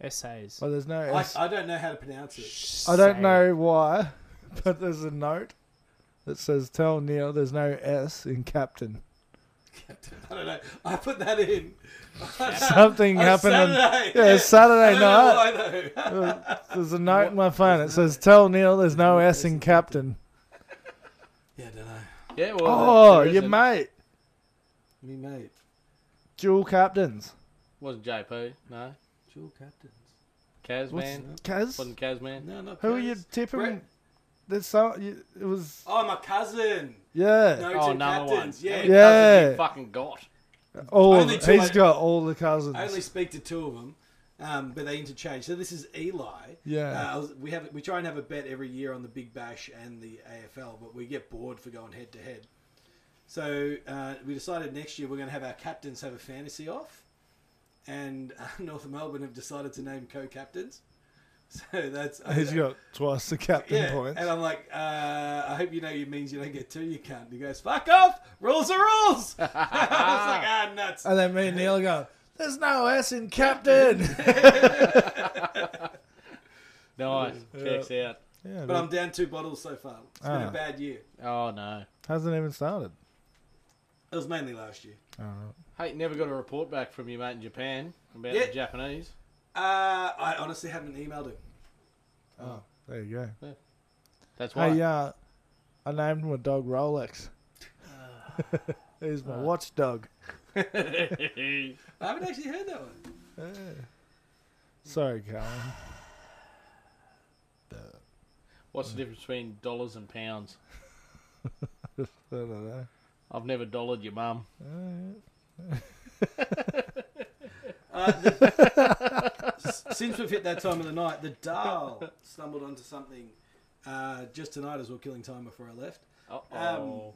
[SPEAKER 1] Essays.
[SPEAKER 3] Well, there's no
[SPEAKER 5] I,
[SPEAKER 3] S. I,
[SPEAKER 5] I don't know how to pronounce it.
[SPEAKER 3] don't know why, (laughs) but there's a note that says, "Tell Neil there's no S in captain."
[SPEAKER 5] (laughs) I don't know. I put that in. (laughs)
[SPEAKER 3] Something
[SPEAKER 5] On
[SPEAKER 3] happened. on-
[SPEAKER 5] Saturday.
[SPEAKER 3] yeah, Saturday
[SPEAKER 5] I don't know
[SPEAKER 3] night.
[SPEAKER 5] why though. (laughs)
[SPEAKER 3] There's a note in my phone. It says, "Tell Neil there's no S in captain."
[SPEAKER 5] yeah, I don't know.
[SPEAKER 2] Yeah, well,
[SPEAKER 3] Oh,
[SPEAKER 2] there is
[SPEAKER 3] your
[SPEAKER 2] a-
[SPEAKER 3] mate,
[SPEAKER 5] Me mate.
[SPEAKER 3] dual captains.
[SPEAKER 2] wasn't JP, no,
[SPEAKER 5] Dual captains.
[SPEAKER 2] Kaz
[SPEAKER 3] What's
[SPEAKER 2] man,
[SPEAKER 3] Kaz?
[SPEAKER 2] wasn't Kaz man.
[SPEAKER 5] No, not
[SPEAKER 3] Who are you
[SPEAKER 5] Kaz.
[SPEAKER 3] tipping?
[SPEAKER 5] Brett.
[SPEAKER 3] There's so you- it was
[SPEAKER 5] Oh, my cousin.
[SPEAKER 3] yeah.
[SPEAKER 5] No
[SPEAKER 2] Oh,
[SPEAKER 5] two
[SPEAKER 2] another one.
[SPEAKER 5] captains. Yeah.
[SPEAKER 3] Yeah.
[SPEAKER 2] Cousin you fucking got.
[SPEAKER 3] All
[SPEAKER 5] Only two
[SPEAKER 3] Oh, he's
[SPEAKER 5] I-
[SPEAKER 3] got all the
[SPEAKER 5] I only
[SPEAKER 3] cousins.
[SPEAKER 5] speak to two of them, um, but they interchange. So this is Eli.
[SPEAKER 3] Yeah.
[SPEAKER 5] Uh, I was- we have we try and have a bet every year on the Big Bash and the AFL, but we get bored for going head to head. So uh, we decided next year we're going to have our captains have a fantasy off, and uh, (laughs) North Melbourne have decided to name co-captains. So that's uh,
[SPEAKER 3] He's got twice the captain
[SPEAKER 5] yeah,
[SPEAKER 3] points.
[SPEAKER 5] and I'm like, uh, I hope you know you means you don't get two, you can't. He goes, fuck off, rules are rules. (laughs) I was like, ah, nuts.
[SPEAKER 3] And then me and Neil go, "There's no S in
[SPEAKER 5] (laughs)
[SPEAKER 3] captain." (laughs)
[SPEAKER 2] Nice, checks out.
[SPEAKER 3] yeah,
[SPEAKER 5] But I'm down two bottles so far. It's been
[SPEAKER 3] Ah.
[SPEAKER 5] a bad year.
[SPEAKER 2] Oh no,
[SPEAKER 3] hasn't even started.
[SPEAKER 5] It was mainly last year.
[SPEAKER 2] hey, never got a report back from your mate in Japan about
[SPEAKER 5] Yeah.
[SPEAKER 2] the Japanese.
[SPEAKER 5] Uh, I honestly haven't emailed him. Oh.
[SPEAKER 3] There you go.
[SPEAKER 2] That's why.
[SPEAKER 3] Hey, uh, I named my dog Rolex.
[SPEAKER 5] Uh.
[SPEAKER 3] (laughs) He's my watchdog.
[SPEAKER 5] I haven't actually heard that one.
[SPEAKER 3] Sorry, (laughs) Colin.
[SPEAKER 2] (laughs) What's the difference between dollars and pounds?
[SPEAKER 3] I don't know.
[SPEAKER 2] I've never dollared your mum.
[SPEAKER 5] Uh, Since we've hit that time of the night, the Dahl stumbled onto something uh, just tonight as we we're killing time before I left.
[SPEAKER 2] Oh,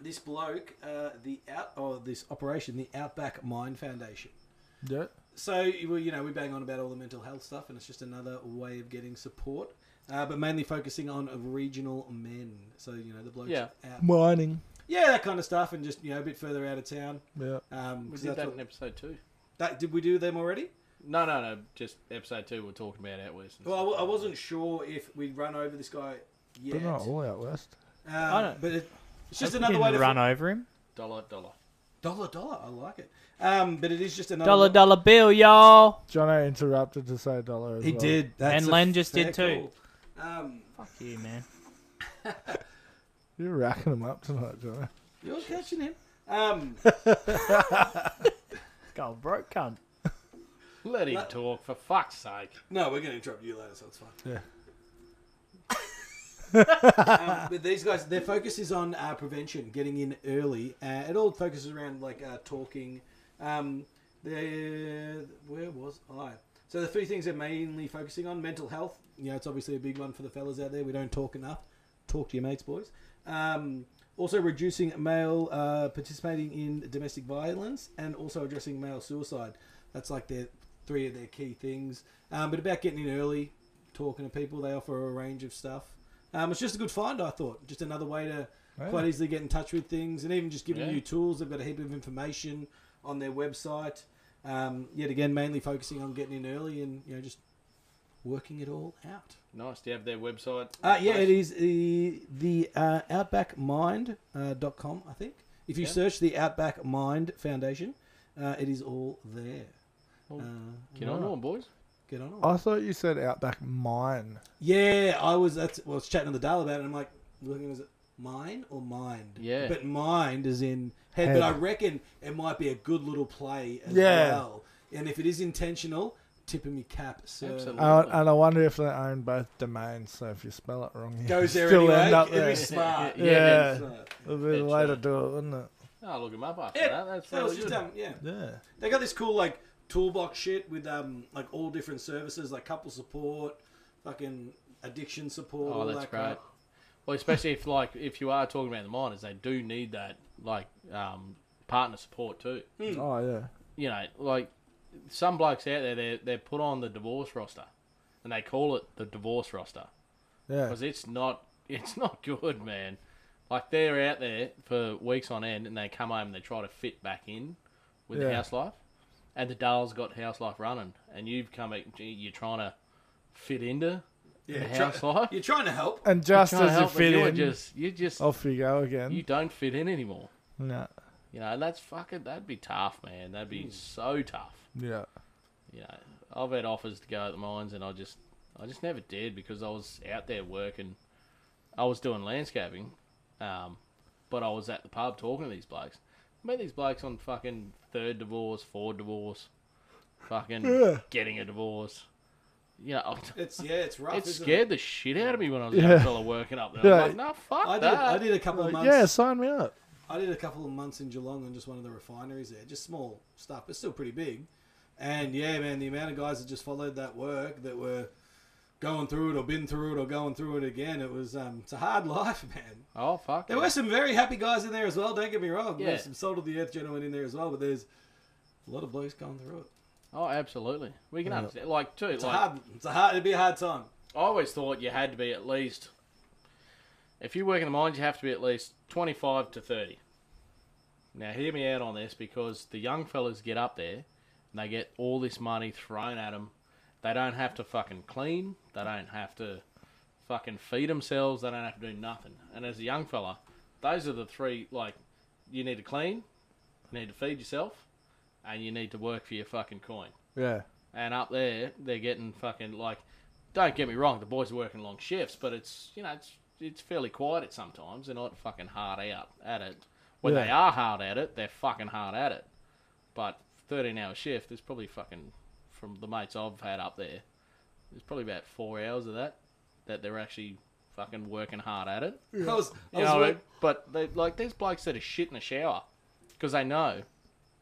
[SPEAKER 5] This bloke, uh, the out or this operation, the Outback Mine Foundation.
[SPEAKER 3] Yeah.
[SPEAKER 5] So you you know we bang on about all the mental health stuff, and it's just another way of getting support, uh, but mainly focusing on regional men. So you know the blokes
[SPEAKER 2] Yeah.
[SPEAKER 5] out,
[SPEAKER 3] Mining.
[SPEAKER 5] yeah, that kind of stuff, and just you know a bit further out of town.
[SPEAKER 3] Yeah.
[SPEAKER 5] Um,
[SPEAKER 2] we
[SPEAKER 5] 'cause
[SPEAKER 2] did
[SPEAKER 5] that's
[SPEAKER 2] that
[SPEAKER 5] what-
[SPEAKER 2] in episode two.
[SPEAKER 5] that- did we do them already?
[SPEAKER 2] No, no, no. Just episode two. We're talking about out west. and
[SPEAKER 5] Well, I
[SPEAKER 2] stuff.
[SPEAKER 5] w- I wasn't sure if we'd run over this guy yet.
[SPEAKER 3] But not all out west.
[SPEAKER 5] Um,
[SPEAKER 1] don't-
[SPEAKER 5] but it, it's just
[SPEAKER 1] We
[SPEAKER 5] another
[SPEAKER 1] didn't
[SPEAKER 5] way to
[SPEAKER 1] run over him.
[SPEAKER 2] dollar, dollar.
[SPEAKER 5] dollar dollar. I like it. Um, but it is just another
[SPEAKER 1] Dollar,
[SPEAKER 5] wa-
[SPEAKER 1] dollar bill, y'all.
[SPEAKER 3] Jono interrupted to say dollar as
[SPEAKER 5] He
[SPEAKER 3] well.
[SPEAKER 5] did, That's
[SPEAKER 1] And
[SPEAKER 5] a
[SPEAKER 1] Len just
[SPEAKER 5] fair
[SPEAKER 1] did too.
[SPEAKER 5] call. Um,
[SPEAKER 1] Fuck you, man.
[SPEAKER 3] You're racking him up tonight, Jono.
[SPEAKER 5] you're catching him. Um,
[SPEAKER 1] Go broke, cunt.
[SPEAKER 2] Let him talk for fuck's sake.
[SPEAKER 5] no, we're going to interrupt you later, so it's fine.
[SPEAKER 3] Yeah.
[SPEAKER 5] um, but these guys, their focus is on uh, prevention, getting in early. Uh, it all focuses around like uh, talking. Um, the where was I? So the three things they're mainly focusing on: mental health. You know, it's obviously a big one for the fellas out there. We don't talk enough. Talk to your mates, boys. Um, also, reducing male uh, participating in domestic violence, and also addressing male suicide. That's like their three of their key things. Um, but about getting in early, talking to people. They offer a range of stuff. Um, it's just a good find, I thought. Just another way to quite easily get in touch with things, and even just giving
[SPEAKER 2] Yeah.
[SPEAKER 5] you tools. They've got a heap of information on their website. Um, yet again, mainly focusing on getting in early and you know just working it all out.
[SPEAKER 2] Nice. Do you have their website?
[SPEAKER 5] Uh, yeah, it is the, the uh, outbackmind.com, I think. If you
[SPEAKER 2] Yeah.
[SPEAKER 5] search the Outback Mind Foundation, uh, it is all there.
[SPEAKER 2] Well,
[SPEAKER 5] Uh,
[SPEAKER 2] Get on, on boys.
[SPEAKER 5] get on.
[SPEAKER 3] I thought you said Outback Mine.
[SPEAKER 5] Yeah, I was. That's well, I was chatting to the Dale about it. and I'm like, looking was it mine or mind?
[SPEAKER 2] Yeah.
[SPEAKER 5] but mind is in head.
[SPEAKER 3] Head.
[SPEAKER 5] But I reckon it might be a good little play as
[SPEAKER 3] Yeah.
[SPEAKER 5] well. And if it is intentional, tipping me cap. So
[SPEAKER 2] Absolutely.
[SPEAKER 3] Uh, and I wonder if they own both domains, so if you spell it wrong, you
[SPEAKER 5] goes there
[SPEAKER 3] still
[SPEAKER 5] anyway.
[SPEAKER 3] end up
[SPEAKER 5] It'd
[SPEAKER 3] there.
[SPEAKER 5] be smart.
[SPEAKER 2] Yeah.
[SPEAKER 3] Yeah.
[SPEAKER 5] So,
[SPEAKER 3] It'd be the way to do it, wouldn't it?
[SPEAKER 2] Oh, look him up after
[SPEAKER 5] yeah,
[SPEAKER 2] that. That's
[SPEAKER 5] so
[SPEAKER 2] really
[SPEAKER 5] it's just
[SPEAKER 2] good.
[SPEAKER 5] um, yeah.
[SPEAKER 3] Yeah.
[SPEAKER 5] They got this cool like toolbox shit with um like all different services like couple support, fucking addiction support.
[SPEAKER 2] Oh,
[SPEAKER 5] all
[SPEAKER 2] that's
[SPEAKER 5] that
[SPEAKER 2] great.
[SPEAKER 5] crap.
[SPEAKER 2] Well, especially if like if you are talking about the miners, they do need that like um, partner support too.
[SPEAKER 3] Oh, yeah.
[SPEAKER 2] You know, like some blokes out there, they're they're put on the divorce roster, and they call it the divorce roster (laughs)
[SPEAKER 3] Yeah.
[SPEAKER 2] because it's not it's (laughs) not good, man. Like they're out there for weeks on end, and they come home and they try to fit back in with the
[SPEAKER 3] Yeah.
[SPEAKER 2] house life, and the Dale's got house life running, and you've come at- you're trying to fit into the
[SPEAKER 5] try-
[SPEAKER 2] house
[SPEAKER 3] (laughs)
[SPEAKER 2] life.
[SPEAKER 5] (laughs) You're trying to help.
[SPEAKER 3] And just
[SPEAKER 2] Trying to
[SPEAKER 3] as you
[SPEAKER 2] help, but
[SPEAKER 3] fit
[SPEAKER 2] you're
[SPEAKER 3] in, Oh,
[SPEAKER 2] just you just
[SPEAKER 3] off you go again.
[SPEAKER 2] you don't fit in anymore.
[SPEAKER 3] no.
[SPEAKER 2] You know, and that's fucking that'd be tough, man. That'd
[SPEAKER 3] Hmm.
[SPEAKER 2] be so tough.
[SPEAKER 3] Yeah.
[SPEAKER 2] You know, I've had offers to go at the mines, and I just I just never did because I was out there working. I was doing landscaping, um, but I was at the pub talking to these blokes. I met these blokes on fucking third divorce, fourth divorce, fucking
[SPEAKER 3] (laughs) Yeah.
[SPEAKER 2] getting a divorce. You know, I-
[SPEAKER 5] It's yeah, it's rough.
[SPEAKER 2] it
[SPEAKER 5] isn't
[SPEAKER 2] scared the shit out of me when I was a
[SPEAKER 3] Yeah.
[SPEAKER 2] young fella working up there.
[SPEAKER 3] Yeah.
[SPEAKER 2] I'm like, no, fuck
[SPEAKER 5] I did.
[SPEAKER 2] that.
[SPEAKER 5] I did a couple of
[SPEAKER 3] Like,
[SPEAKER 5] months.
[SPEAKER 3] yeah, sign me up.
[SPEAKER 5] I did a couple of months in Geelong on just one of the refineries there, just small stuff, but still pretty big. And yeah, man, the amount of guys that just followed that work that were going through it or been through it or going through it again, it was um, it's a hard (laughs) life, man.
[SPEAKER 2] Oh fuck.
[SPEAKER 5] There
[SPEAKER 2] yeah.
[SPEAKER 5] were some very happy guys in there as well. Don't get me wrong.
[SPEAKER 2] Yeah.
[SPEAKER 5] There's some salt of the earth gentlemen in there as well, but there's a lot of blokes going through it.
[SPEAKER 2] Oh, absolutely. We can understand. Like, too,
[SPEAKER 5] It's
[SPEAKER 2] like,
[SPEAKER 5] a hard. It's a hard. It'd be a hard time.
[SPEAKER 2] I always thought you had to be at least, if you work in the mines, you have to be at least 25 to 30. Now, hear me out on this because the young fellas get up there and they get all this money thrown at them. They don't have to fucking clean. They don't have to fucking feed themselves. They don't have to do nothing. And as a young fella, those are the three, like, you need to clean, you need to feed yourself, and you need to work for your fucking coin
[SPEAKER 3] Yeah.
[SPEAKER 2] and up there they're getting fucking like don't get me wrong the boys are working long shifts but it's you know it's it's fairly quiet at sometimes they're not fucking hard out at it when
[SPEAKER 3] Yeah.
[SPEAKER 2] they are hard at it they're fucking hard at it but 13 hour shift there's probably fucking from the mates I've had up there there's probably about 4 hours of that that they're actually fucking working hard at it
[SPEAKER 5] I was. I
[SPEAKER 2] you
[SPEAKER 5] was
[SPEAKER 2] know,
[SPEAKER 5] work-
[SPEAKER 2] but they like there's blokes that are shit in the shower because they know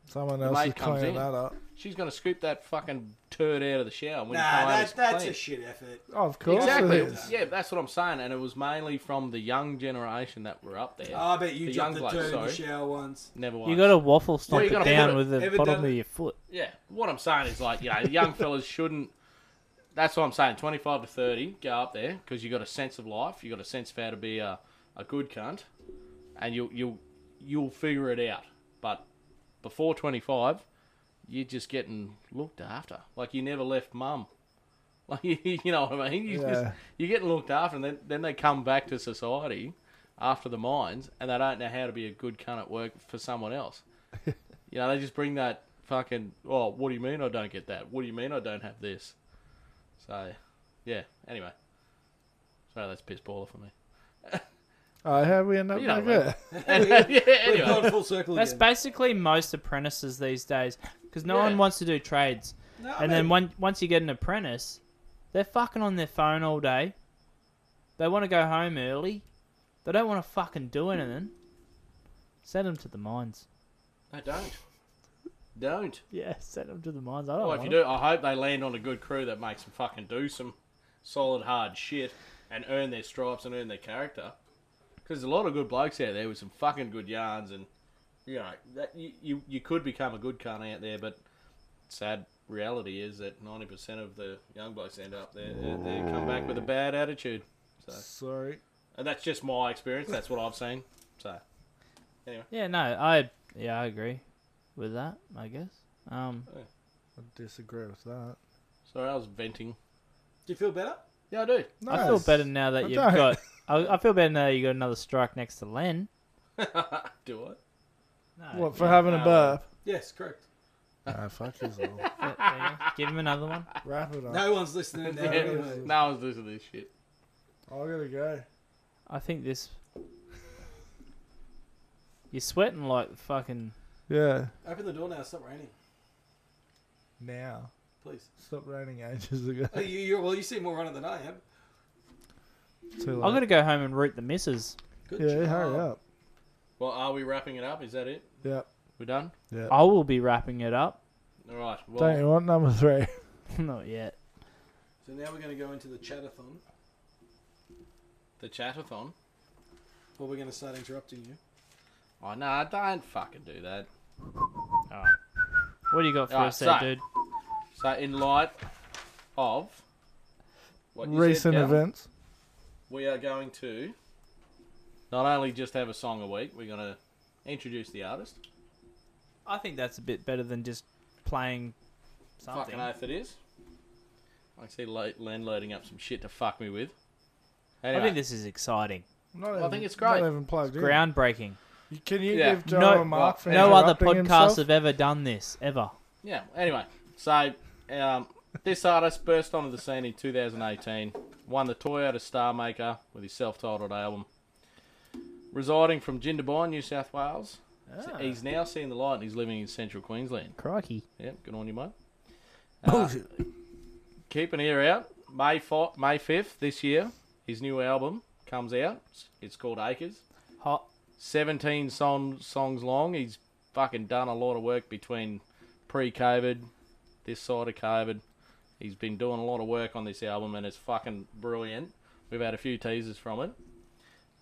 [SPEAKER 3] Someone else
[SPEAKER 2] mate
[SPEAKER 3] is
[SPEAKER 2] comes
[SPEAKER 3] cleaning
[SPEAKER 2] in.
[SPEAKER 3] that up.
[SPEAKER 2] she's going to scoop that fucking turd out of the shower when you
[SPEAKER 5] nah,
[SPEAKER 2] come home, it's
[SPEAKER 5] that, that's
[SPEAKER 2] clean.
[SPEAKER 5] a shit effort.
[SPEAKER 3] Oh, of course.
[SPEAKER 2] Exactly.
[SPEAKER 3] It is.
[SPEAKER 2] Yeah, that's what I'm saying, and it was mainly from the young generation that were up there.
[SPEAKER 5] Oh, I bet you
[SPEAKER 2] The
[SPEAKER 5] dropped
[SPEAKER 2] young
[SPEAKER 5] the
[SPEAKER 2] bloke,
[SPEAKER 5] turd in the
[SPEAKER 2] sorry. (laughs)
[SPEAKER 5] shower once. (laughs)
[SPEAKER 2] Never once.
[SPEAKER 1] You got to waffle stomp
[SPEAKER 2] you
[SPEAKER 1] it
[SPEAKER 2] gotta
[SPEAKER 1] down
[SPEAKER 2] put it-
[SPEAKER 1] with the
[SPEAKER 5] ever
[SPEAKER 1] bottom
[SPEAKER 5] done
[SPEAKER 1] of
[SPEAKER 5] it?
[SPEAKER 1] your foot.
[SPEAKER 2] Yeah. What I'm saying is like you know, young (laughs) fellas shouldn't. That's what I'm saying. 25 to 30, go up there because you got a sense of life. You got a sense of how to be a, a good cunt, and you'll you'll you'll figure it out. But before 25, you're just getting looked after. Like you never left mum. (laughs) Like you, you know what I mean? You just,
[SPEAKER 3] Yeah.
[SPEAKER 2] you're getting looked after, and then, then they come back to society after the mines, and they don't know how to be a good cunt at work for someone else. you know, they just bring that fucking. Oh, what do you mean I don't get that? What do you mean I don't have this? So, yeah. Anyway, sorry that's piss baller for me. (laughs)
[SPEAKER 3] Oh, how we end up
[SPEAKER 2] You know
[SPEAKER 3] like
[SPEAKER 2] what?
[SPEAKER 3] that?
[SPEAKER 2] yeah.
[SPEAKER 5] We've
[SPEAKER 2] Anyway.
[SPEAKER 5] gone full circle
[SPEAKER 1] That's
[SPEAKER 5] again.
[SPEAKER 1] basically most apprentices these days because no
[SPEAKER 2] Yeah.
[SPEAKER 1] one wants to do trades.
[SPEAKER 5] No, I
[SPEAKER 1] and then
[SPEAKER 5] mean-
[SPEAKER 1] one, once you get an apprentice, they're fucking on their phone all day. They want to go home early. They don't want to fucking do anything. Send them to the mines.
[SPEAKER 2] No, don't. Don't.
[SPEAKER 1] Yeah, send them to the mines. Oh, I don't
[SPEAKER 2] Well,
[SPEAKER 1] want
[SPEAKER 2] if you do, I hope they land on a good crew that makes them fucking do some solid, hard shit and earn their stripes and earn their character. Because there's a lot of good blokes out there with some fucking good yarns, and you know that you you, you could become a good cunt out there, but sad reality is that 90% of the young blokes end up there they, they come back with a bad attitude. So,
[SPEAKER 3] Sorry.
[SPEAKER 2] and that's just my experience. That's what I've seen. So,
[SPEAKER 1] Yeah, no, I yeah I agree with that. I guess. Um,
[SPEAKER 3] I disagree with that.
[SPEAKER 2] sorry, I was venting.
[SPEAKER 5] Do you feel better?
[SPEAKER 2] Yeah, I do.
[SPEAKER 1] I feel
[SPEAKER 3] Nice.
[SPEAKER 1] better now that
[SPEAKER 3] I
[SPEAKER 1] you've
[SPEAKER 3] don't.
[SPEAKER 1] got. I, I feel better now that you got another strike next to Len.
[SPEAKER 2] Do I?
[SPEAKER 1] No,
[SPEAKER 3] What for having a burp?
[SPEAKER 5] Yes, correct.
[SPEAKER 3] Ah, fuck his
[SPEAKER 2] (laughs)
[SPEAKER 3] all.
[SPEAKER 1] yeah, there you go. Give him another one.
[SPEAKER 3] Wrap it up.
[SPEAKER 5] No one's (laughs) listening now.
[SPEAKER 2] Yeah,
[SPEAKER 5] anyway.
[SPEAKER 2] no one's listening to this shit.
[SPEAKER 3] I gotta go.
[SPEAKER 1] I think this. You're sweating like fucking.
[SPEAKER 3] Yeah.
[SPEAKER 5] Open the door now. Stop raining,
[SPEAKER 3] Now.
[SPEAKER 5] please.
[SPEAKER 3] Stop raining ages
[SPEAKER 2] (laughs)
[SPEAKER 3] ago.
[SPEAKER 5] Oh, you, you're, well, you seem more on it than I am.
[SPEAKER 3] Too
[SPEAKER 1] I'm gonna
[SPEAKER 3] late.
[SPEAKER 1] go home and root the missus.
[SPEAKER 5] Good
[SPEAKER 3] Yeah,
[SPEAKER 5] job.
[SPEAKER 3] hurry up.
[SPEAKER 2] Well, are we wrapping it up? Is that it?
[SPEAKER 3] Yep.
[SPEAKER 2] We're done?
[SPEAKER 3] Yeah.
[SPEAKER 1] I will be wrapping it up. (laughs)
[SPEAKER 2] All right. Oh, Well,
[SPEAKER 3] Don't you want number three?
[SPEAKER 1] Not yet.
[SPEAKER 5] So now we're going to go into the chatathon.
[SPEAKER 2] the chatathon.
[SPEAKER 5] Well, we're going to start interrupting you.
[SPEAKER 2] Oh, no, don't fucking do that.
[SPEAKER 1] What do you got for
[SPEAKER 2] Alright,
[SPEAKER 1] us there,
[SPEAKER 2] so-
[SPEAKER 1] dude?
[SPEAKER 2] So, in light of what you said,
[SPEAKER 3] Recent
[SPEAKER 2] Cal,
[SPEAKER 3] events.
[SPEAKER 2] we are going to not only just have a song a week, we're going to introduce the artist.
[SPEAKER 1] I think that's a bit better than just playing something.
[SPEAKER 2] Fucking oath it is. I can see Lo- Len loading up some shit to fuck me with. Anyway,
[SPEAKER 1] I think this is exciting,
[SPEAKER 3] Not
[SPEAKER 2] I
[SPEAKER 3] even-
[SPEAKER 2] think it's great.
[SPEAKER 3] Not even plugged in.
[SPEAKER 1] groundbreaking.
[SPEAKER 3] Can you
[SPEAKER 2] Yeah.
[SPEAKER 3] give Joe
[SPEAKER 1] No-
[SPEAKER 3] a mark for
[SPEAKER 1] No other
[SPEAKER 3] interrupting
[SPEAKER 1] podcasts
[SPEAKER 3] himself?
[SPEAKER 1] have ever done this ever.
[SPEAKER 2] yeah. Anyway, so um, this artist burst onto the scene in 2018, won the Toyota Star Maker with his self-titled album. Residing from Jindabyne, New South Wales, he's now seeing the light and he's living in Central Queensland.
[SPEAKER 1] Ah. Crikey.
[SPEAKER 2] Yeah, good on you, mate. Uh, keep an ear out. May fi- May fifth this year, his new album comes out. It's called Acres.
[SPEAKER 1] Hot.
[SPEAKER 2] 17 song, songs long. He's fucking done a lot of work between pre COVID, this side of COVID. He's been doing a lot of work on this album and it's fucking brilliant. We've had a few teasers from it.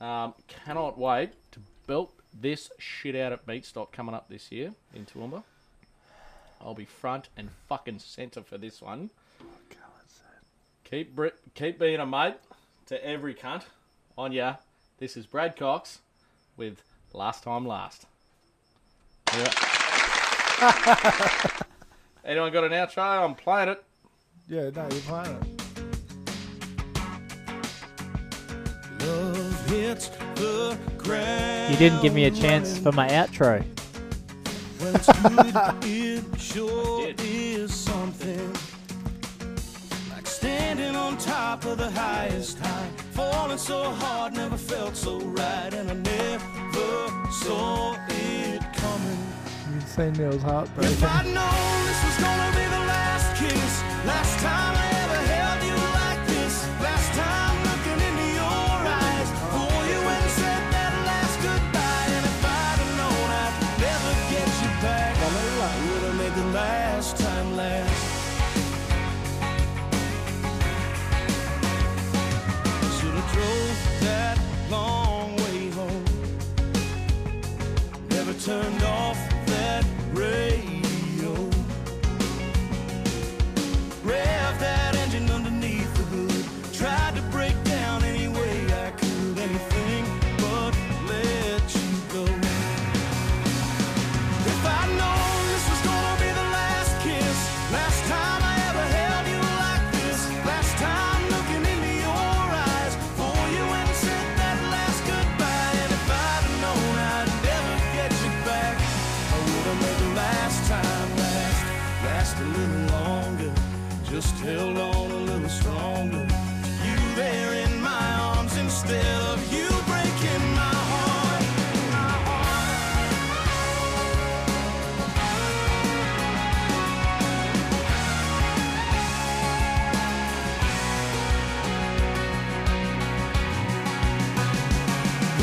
[SPEAKER 2] Um, cannot wait to belt this shit out at Beatstock coming up this year in Toowoomba. I'll be front and fucking centre for this one. Keep, bri- keep being a mate to every cunt on ya. This is Brad Cox with Last Time Last. Yeah. Anyone got an outro? I'm playing it.
[SPEAKER 3] Yeah, no, you're playing it.
[SPEAKER 1] You didn't give me a chance for my outro.
[SPEAKER 2] Did.
[SPEAKER 3] You'd seen Neil's heartbreaking.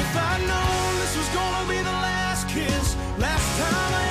[SPEAKER 9] If I'd known this was gonna be the last kiss, last time I Oh,